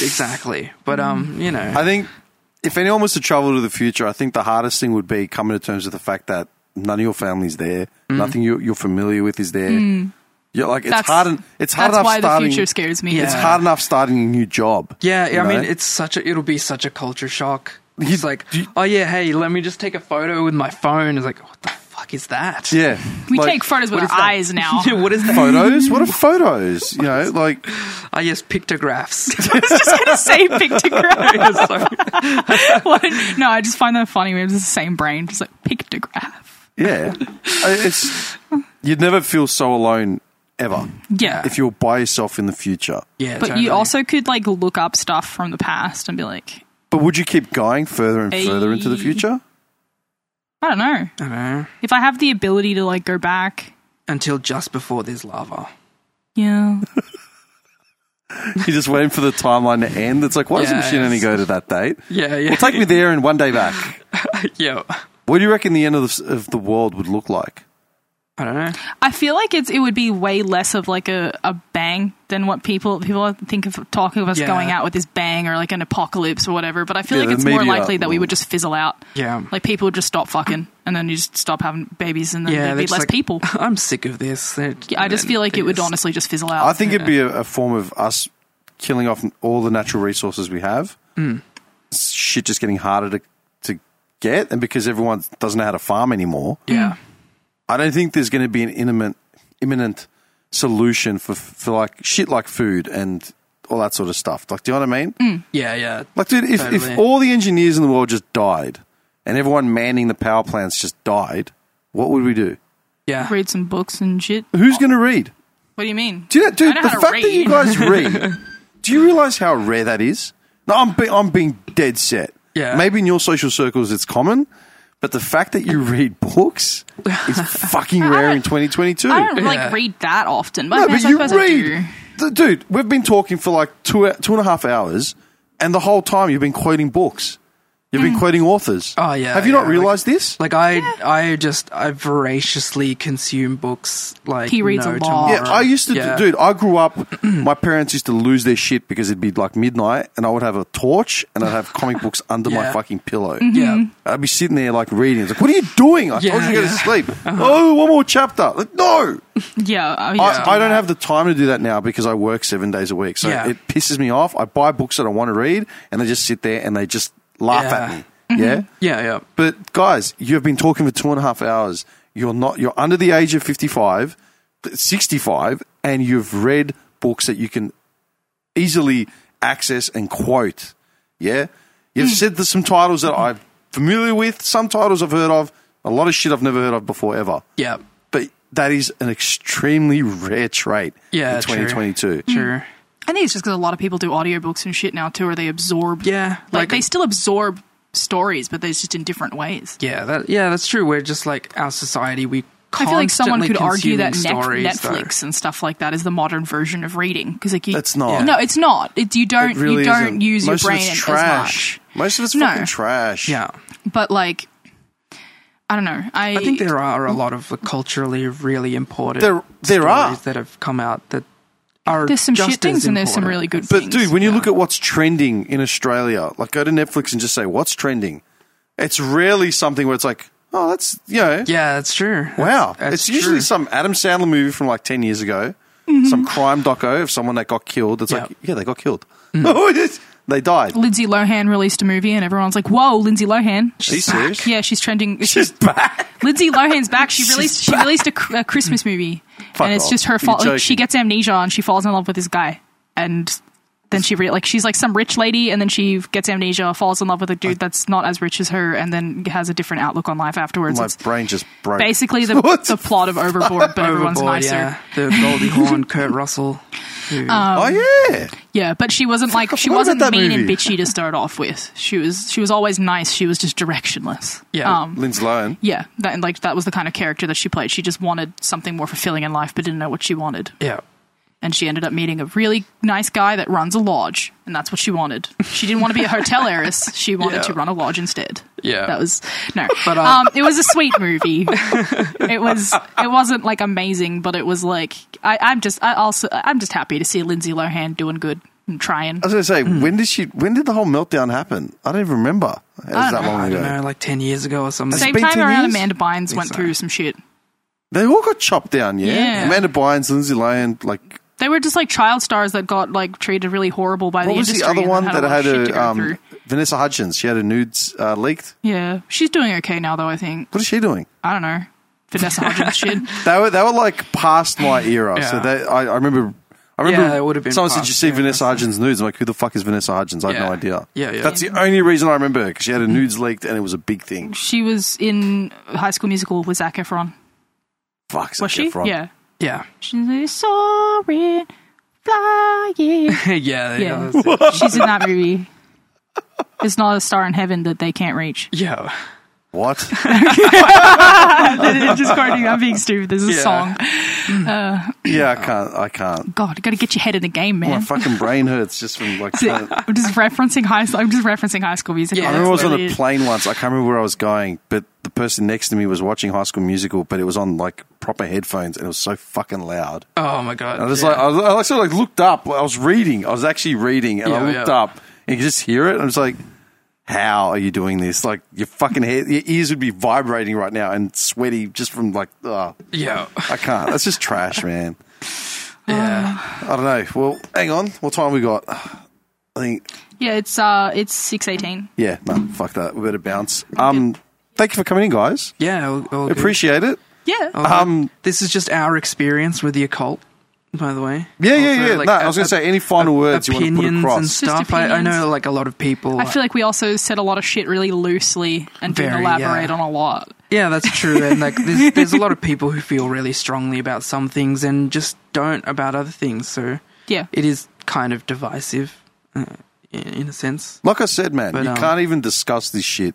C: exactly. But um, you know,
A: I think if anyone was to travel to the future, I think the hardest thing would be coming to terms with the fact that none of your family's there, nothing you, you're familiar with is there. You're like it's
B: Mm. That's-
A: hard. It's hard
B: That's
A: enough
B: why
A: starting.
B: the future scares me.
C: Yeah.
A: It's hard enough starting a new job.
C: yeah. I
A: you know?
C: mean, it's such a. It'll be such a culture shock. He's
A: You-
C: like,
A: do you-
C: oh yeah, hey, let me just take a photo with my phone. It's like, what the fuck is that?
A: yeah.
B: We
A: like,
B: take photos with
C: What
B: our eyes
C: is that?
B: now.
C: Yeah, what is that?
A: photos. What are photos? You know, like
C: I yes, pictographs.
B: I was just going to say pictograph.
C: Sorry.
B: Like, no, I just find that funny. We have the same brain, just like pictograph.
A: yeah, I- it's you'd never feel so alone ever
B: Yeah.
A: if you were by yourself in the future.
C: Yeah,
B: but
C: totally.
B: you also could like look up stuff from the past and be like,
A: But would you keep going further and further into the
B: Hey.
A: future?
B: I don't know.
C: I don't know.
B: If I have the ability to like go back,
C: Uh-huh. until just before there's lava.
B: yeah.
A: You're just waiting for the timeline to end. It's like, why doesn't
C: Yeah,
A: machine only go to that date?
C: Yeah, yeah,
A: Well, take me there and one day back.
C: yeah.
A: What do you reckon the end of the, of the world would look like?
C: I don't know.
B: I feel like it's it would be way less of like a, a bang than what people people think of talking of us
C: Yeah.
B: going out with this bang or like an apocalypse or whatever. But I feel
A: Yeah, uh,
B: like
A: the
B: it's more
A: meteor.
B: likely that we would just fizzle out.
C: Yeah.
B: Like people would just stop fucking and then you just stop having babies and then
C: yeah,
B: there'd
C: they're
B: be
C: just
B: less
C: like,
B: people.
C: I'm sick of this. They're-
B: I just feel like it would
C: they're
B: honestly just fizzle
A: I
B: out.
A: think it'd be a, a form of us killing off all the natural resources we have.
C: Mm.
A: Shit just getting harder to, to get. And because everyone doesn't know how to farm anymore,
C: Yeah,
A: I don't think there's going to be an imminent, imminent solution for, for like shit like food and all that sort of stuff. Like, do you know what I mean?
C: yeah, yeah.
A: Like, dude, if,
C: Totally.
A: if all the engineers in the world just died and everyone manning the power plants just died, what would we do?
C: Yeah.
B: Read some books and shit.
A: Who's going to read?
B: What do you mean?
A: Do you know, dude,
B: I know
A: the
B: how to
A: fact that you
B: read.
A: guys read, do you realize how rare that is? No, I'm, be- I'm being dead set.
C: Yeah.
A: Maybe in your social circles it's common, but the fact that you read books is fucking rare in 2022.
B: I don't
C: Yeah.
B: like read that often, but,
A: No,
B: I
A: but
B: guess
A: you
B: I suppose I do.
A: read. D- Dude, we've been talking for like two, two and a half hours, and the whole time you've been quoting books. You've been quoting authors.
C: Oh, yeah,
A: Have you not
C: yeah,
A: realized this?
C: Like I, I just I voraciously consume books. Like
B: He reads a
C: no
B: lot.
C: tomorrow.
A: Yeah, I used to,
C: Yeah.
A: dude. I grew up. My parents used to lose their shit because it'd be like midnight, and I would have a torch and I'd have comic books under my
C: Yeah. Mm-hmm.
A: fucking pillow.
C: Yeah,
A: I'd be sitting there like reading. It's like, what are you doing? I told you
C: Yeah,
A: to go to
C: yeah. Uh-huh.
A: sleep. Oh, one more chapter. Like, no,
B: Yeah, I, used to do
A: I, I don't
B: that.
A: have the time to do that now because I work seven days a week. So
C: Yeah.
A: it pisses me off. I buy books that I want to read, and they just sit there and they just laugh
C: Yeah.
A: at me. Yeah.
C: yeah, yeah.
A: But guys, you have been talking for two and a half hours. You're not. You're under the age of 55, 65, and you've read books that you can easily access and quote. Yeah, you've said there's some titles that I'm familiar with. Some titles I've heard of. A lot of shit I've never heard of before ever.
C: Yeah.
A: But that is an extremely rare trait
C: Yeah,
A: in
C: true.
A: 2022.
C: Sure.
B: I think it's just because a lot of people do audiobooks and shit now too, or they absorb.
C: Yeah,
B: like,
C: like-
B: they still absorb stories, but they're just in different ways.
C: Yeah, that yeah, that's true. We're just like our society. We
B: I feel like someone
C: constantly
B: could argue
C: consuming
B: that Net-
C: stories, though.
B: Netflix and stuff like that is the modern version of reading because like you,
A: It's not.
B: No, it's not. It, you don't.
A: It really
B: you don't
A: isn't.
B: use
A: Most
B: your
A: of
B: brain
A: it's
B: as
A: trash.
B: much.
A: Most of it's
B: No.
A: fucking trash.
C: Yeah,
B: But like, I don't know. I,
C: I think there are a lot of culturally really important
A: There- there
C: stories
A: are.
C: that have come out that are
B: there's some
C: just
B: shit things
C: as
B: and there's some
C: important.
B: really good
A: But
B: things.
A: dude, when you look at what's trending in Australia, like go to Netflix and just say what's trending. It's rarely something where it's like, oh, that's you know,
C: Yeah, that's true. That's-
A: wow.
C: that's
A: it's usually
C: true.
A: some Adam Sandler movie from like ten years ago, some crime doco of someone that got killed. It's like,
C: Yeah.
A: yeah, they got killed. they died.
B: Lindsay Lohan released a movie and everyone's like, "Whoa, Lindsay Lohan!"
A: She's serious.
B: Yeah, she's trending.
A: She's back.
B: Lindsay Lohan's back. She released she released a, cr- a Christmas movie,
A: Fuck
B: and it's
A: off.
B: just her
A: You're
B: fault. Like, she
A: joking.
B: gets amnesia and she falls in love with this guy, and then she re- like she's like some rich lady, and then she gets amnesia, falls in love with a dude that's not as rich as her, and then has a different outlook on life afterwards.
A: My
B: It's
A: brain just broke.
B: basically the
A: What
B: the plot of Overboard, but everyone's
C: Overboard,
B: nicer. Um,
C: yeah. The Goldie Hawn, Kurt Russell. who-
A: oh yeah.
B: Yeah, but she wasn't like she
A: forgot about
B: wasn't
A: that
B: mean and
A: movie.
B: bitchy to start off with. She was she was always nice. She was just directionless.
C: Yeah.
B: Um,
A: Lindsay Lohan.
B: yeah, that, and like that was the kind of character that she played. She just wanted something more fulfilling in life, but didn't know what she wanted.
C: yeah.
B: And she ended up meeting a really nice guy that runs a lodge, and that's what she wanted. She didn't want to be a hotel heiress. She wanted
C: Yeah.
B: to run a lodge instead.
C: Yeah.
B: that was no.
C: But,
B: But
C: um,
B: um, it was a sweet movie. it was. It wasn't like amazing, but it was like I, I'm just I also I'm just happy to see Lindsay Lohan doing good and trying.
A: I
C: Uh,
A: was going to say,
B: Hmm.
A: when did she? When did the whole meltdown happen? I don't even remember. It was
B: I
A: that
B: don't know.
A: long
C: I
A: ago.
C: don't know, like 10 years ago or something.
B: Same
A: been
B: time
A: 10
B: around,
A: years?
B: Amanda Bynes went
C: so.
B: through some shit.
A: They all got chopped down, yeah.
B: Yeah.
A: Amanda Bynes, Lindsay Lohan, like
B: They were just like child stars that got like treated really horrible by
A: what
B: the
A: was
B: industry.
A: the other
B: and
A: one
B: had
A: that
B: a lot
A: had
B: of shit to
A: a
B: go
A: um,
B: through.
A: Vanessa Hudgens? She had a nudes uh, leaked.
B: Yeah, she's doing okay now though. I think
A: What is she doing?
B: I don't know Vanessa Hudgens shit.
A: They were they were like past my era, so
C: Yeah.
A: they I, I remember. I remember
C: Yeah, it would have been
A: someone said,
C: past,
A: "You see
C: yeah,
A: Vanessa Hudgens nudes." I'm like, "Who the fuck is Vanessa Hudgens?" I had
C: Yeah.
A: no idea.
C: Yeah, yeah.
A: That's the only reason I remember her because she had a
B: Hmm.
A: nudes leaked and it was a big thing.
B: She was in High School Musical with Zac Efron.
A: Fuck, Zac
B: Was she?
A: Efron.
B: Yeah.
C: Yeah.
B: She's like, sorry, flying.
C: yeah. Yeah.
B: Yeah.
C: that's it.
B: she's in that movie. It's not a star in heaven that they can't reach.
C: Yeah.
A: What?
B: Just quoting, I'm being stupid. There's a
C: Yeah.
B: song.
A: yeah, I can't. I can't.
B: God, you got to get your head in the game, man.
A: My fucking brain hurts just from like. trying to-
B: I'm just referencing high. I'm just referencing High School Musical.
C: Yeah,
A: I remember I was on
B: That's
A: a
B: what it
A: plane once. I can't remember where I was going, but the person next to me was watching High School Musical, but it was on like proper headphones, and it was so fucking loud.
C: Oh, my God.
A: I was
C: yeah.
A: like, I, was, I sort of like looked up. I was reading. I was actually reading, and I
C: Yeah,
A: looked
C: yeah.
A: up, and you could just hear it. And I was like, "How are you doing this? Like your fucking head, your ears would be vibrating right now and sweaty just from like, oh,
C: yeah.
A: I can't. That's just trash, man.
B: Uh.
C: Yeah.
A: I don't know. Well, hang on. What time we got? I think
B: is. Yeah, it's uh, it's six eighteen.
A: yeah. No, fuck that. We better bounce. Um, thank you for coming in, guys.
C: Yeah. all- all good.
A: Appreciate it.
B: Yeah.
A: Um,
C: This is just our experience with the occult, by the way.
A: Yeah, yeah,
C: Also,
A: yeah.
C: like,
A: no, I was
C: a-
A: going to say any final words you want to put
C: opinions and
A: across.
C: stuff. I, I know,
B: opinions.
C: like, a lot of people.
B: I feel like we also said a lot of shit really loosely and didn't
C: Very,
B: elaborate
C: yeah.
B: on a lot.
C: Yeah, that's true. And like, there's, there's a lot of people who feel really strongly about some things and just don't about other things. So
B: Yeah.
C: it is kind of divisive, uh, in, in a sense.
A: Like I said, man,
C: But,
A: you
C: um,
A: can't even discuss this shit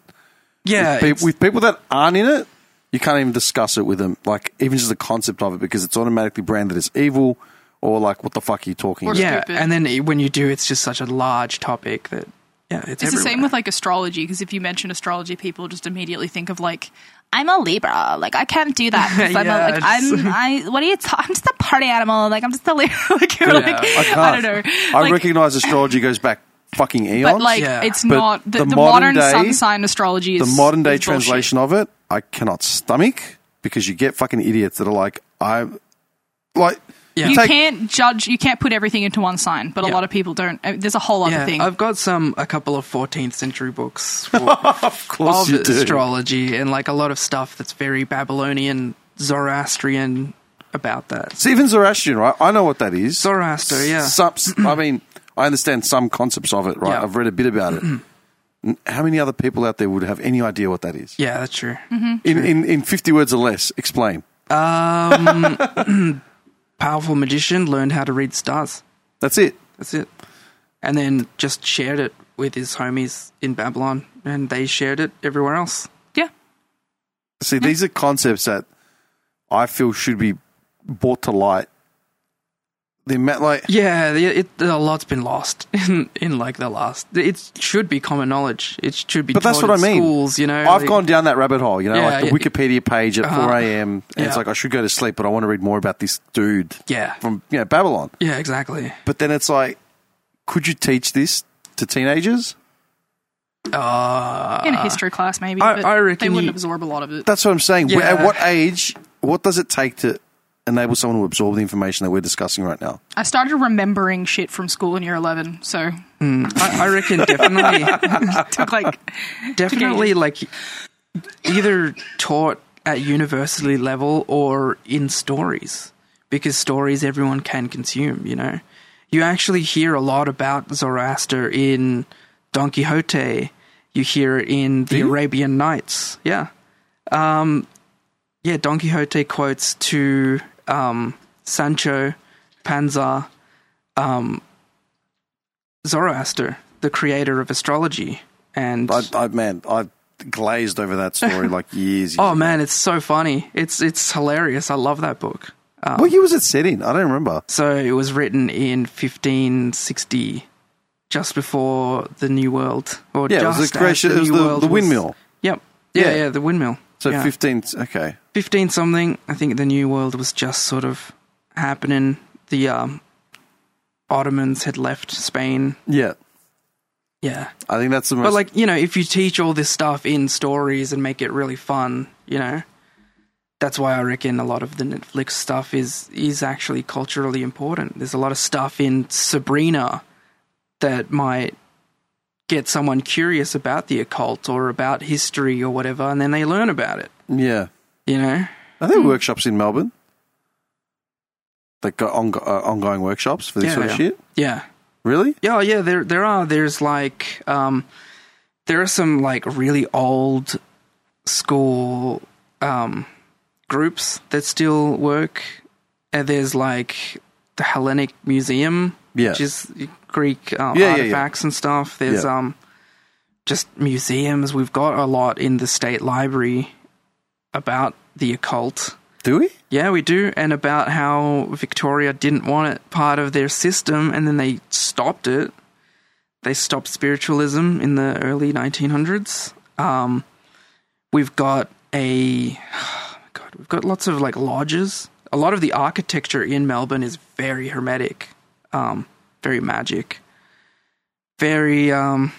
C: Yeah,
B: Uh,
A: with, peop
C: it's-
A: with people that aren't in it. You can't even discuss it with them, like even just the concept of it, because it's automatically branded as evil, or like, what the fuck are you talking
B: Or
A: about?
C: yeah.
B: stupid.
C: And then it- when you do, it's just such a large topic that yeah, it's,
B: It's the same
C: everywhere.
B: with like astrology because if you mention astrology, people just immediately think of like. I'm a Libra. Like I can't do that. 'cause I'm
C: Yeah,
B: a, like I'm. I. What are you? Ta- I'm just a party animal. Like I'm just a Libra. like, you're like,
A: I
C: I
B: I,
A: can't.
B: don't know.
A: I
B: Like,
A: recognize astrology goes back fucking eons.
B: but like
C: Yeah.
B: it's
A: But
B: not the,
A: the
B: the,
A: modern
B: modern,
A: day-
B: sun sign astrology.
A: the
B: Is
A: modern day
B: is bullshit.
A: translation of it, I cannot stomach because you get fucking idiots that are like, I, like,
C: Yeah.
B: You
A: take-
B: can't judge. You can't put everything into one sign, but a
C: Yeah.
B: lot of people don't. uh, There's a whole other
C: Yeah,
B: thing.
C: I've got some a couple of 14th century books for,
A: of course
C: of
A: you do.
C: astrology and like a lot of stuff that's very Babylonian, Zoroastrian about that.
A: It's even Zoroastrian, right? I know what that is.
C: Zoroaster, yeah.
A: Some, I mean, I understand some concepts of it, right?
C: Yeah.
A: I've read a bit about it. N- How many other people out there would have any idea what that is?
C: yeah, that's true.
A: In, in, in 50 words or less, explain.
C: Powerful magician learned how to read stars.
A: That's it.
C: That's it. And then just shared it with his homies in Babylon, and they shared it everywhere else.
B: yeah,
A: See,
C: Hmm.
A: these are concepts that I feel should be brought to light the amount, like,
C: Yeah, it, it, a lot's been lost in, in like the last. It should be common knowledge. It should be.
A: but that's
C: taught
A: what I
C: in
A: mean.
C: Schools, you know.
A: I've
C: like-
A: gone down that rabbit hole. You know,
C: Yeah,
A: like the
C: yeah.
A: Wikipedia page at
C: Uh-huh.
A: four a.m. and it's
C: Yeah.
A: like I should go to sleep, but I want to read more about this dude
C: Yeah,
A: from you know Babylon.
C: yeah, exactly.
A: But then it's like, could you teach this to teenagers?
B: in a history class, maybe.
C: Uh, I-
B: but
C: I reckon
B: they wouldn't
C: you-
B: absorb a lot of it.
A: That's what I'm saying. Wh- At
C: Yeah.
A: what age? What does it take to enable someone to absorb the information that we're discussing right now?
B: I started remembering shit from school in year eleven, so
C: I, I reckon definitely,
B: it took like
C: definitely like either taught at university level or in stories because stories everyone can consume. You know, you actually hear a lot about Zoroaster in Don Quixote. You hear it in the
A: you?
C: Arabian Nights. Yeah. Um, yeah, Don Quixote quotes to um, Sancho Panza, um, Zoroaster, the creator of astrology, and
A: I, I man, I glazed over that story like years. years
C: oh
A: ago.
C: man, it's so funny. It's it's hilarious. I love that book.
A: what year was it set in? I don't remember.
C: So it was written in 1560, just before the New World, or
A: Yeah, it was
C: just
A: the
C: as
A: creation. It was
C: New
A: the,
C: World
A: the
C: was-
A: windmill.
C: Yep. Yeah,
A: Yeah.
C: yeah, the windmill.
A: so
C: yeah.
A: 15. Okay,
C: 15 something, I think the New World was just sort of happening. The um, Ottomans had left Spain.
A: yeah.
C: Yeah.
A: I think that's the most.
C: But, like, you know, if you teach all this stuff in stories and make it really fun, you know, that's why I reckon a lot of the Netflix stuff is, is actually culturally important. There's a lot of stuff in Sabrina that might get someone curious about the occult or about history or whatever, and then they learn about it,
A: yeah.
C: you know?
A: Are
C: hmm.
A: there workshops in Melbourne? Like go- on, uh, ongoing workshops for this
C: yeah,
A: sort
C: yeah.
A: of shit?
C: Yeah.
A: Really?
C: Yeah, yeah, there there are. There's like um there are some like really old school um groups that still work. And there's like the Hellenic Museum,
A: Yeah.
C: which is Greek um,
A: Yeah, yeah, yeah.
C: artifacts and stuff. There's
A: Yeah.
C: um just museums. We've got a lot in the state library about the occult.
A: Do we?
C: Yeah, we do. And about how Victoria didn't want it part of their system and then they stopped it. They stopped spiritualism in the early 1900s. Um, we've got a. God, we've got lots of like lodges. A lot of the architecture in Melbourne is very hermetic, um, very magic, very. Um,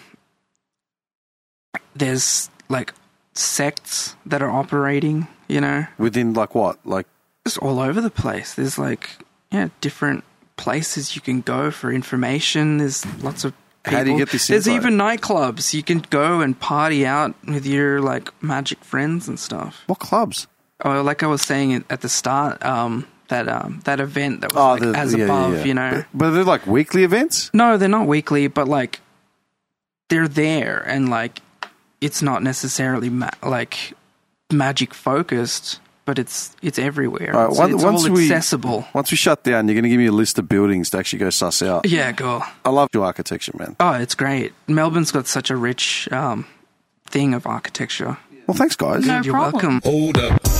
C: there's like sects that are operating, you know
A: Within like what? Like
C: just all over the place. There's like yeah, different places you can go for information. There's lots of people.
A: How do you get this
C: There's
A: info?
C: even nightclubs you can go and party out with your like magic friends and stuff.
A: what clubs?
C: Oh, like I was saying at- at the start, um, that um, that event that was like
A: Oh, the-
C: as
A: yeah, yeah,
C: above,
A: yeah.
C: you know.
A: But, but they're like weekly events?
C: No, they're not weekly, but like they're there and like it's not necessarily ma- like magic focused, but it's it's everywhere.
A: All right,
C: So
A: on-
C: it's
A: once
C: all
A: we-
C: accessible.
A: Once we shut down, you're going to give me a list of buildings to actually go suss out.
C: Yeah, cool.
A: I love your architecture, man.
C: Oh, it's great. Melbourne's got such a rich um, thing of architecture.
A: Well, thanks, guys.
B: No
C: You're
B: problem.
C: welcome.
D: Hold up.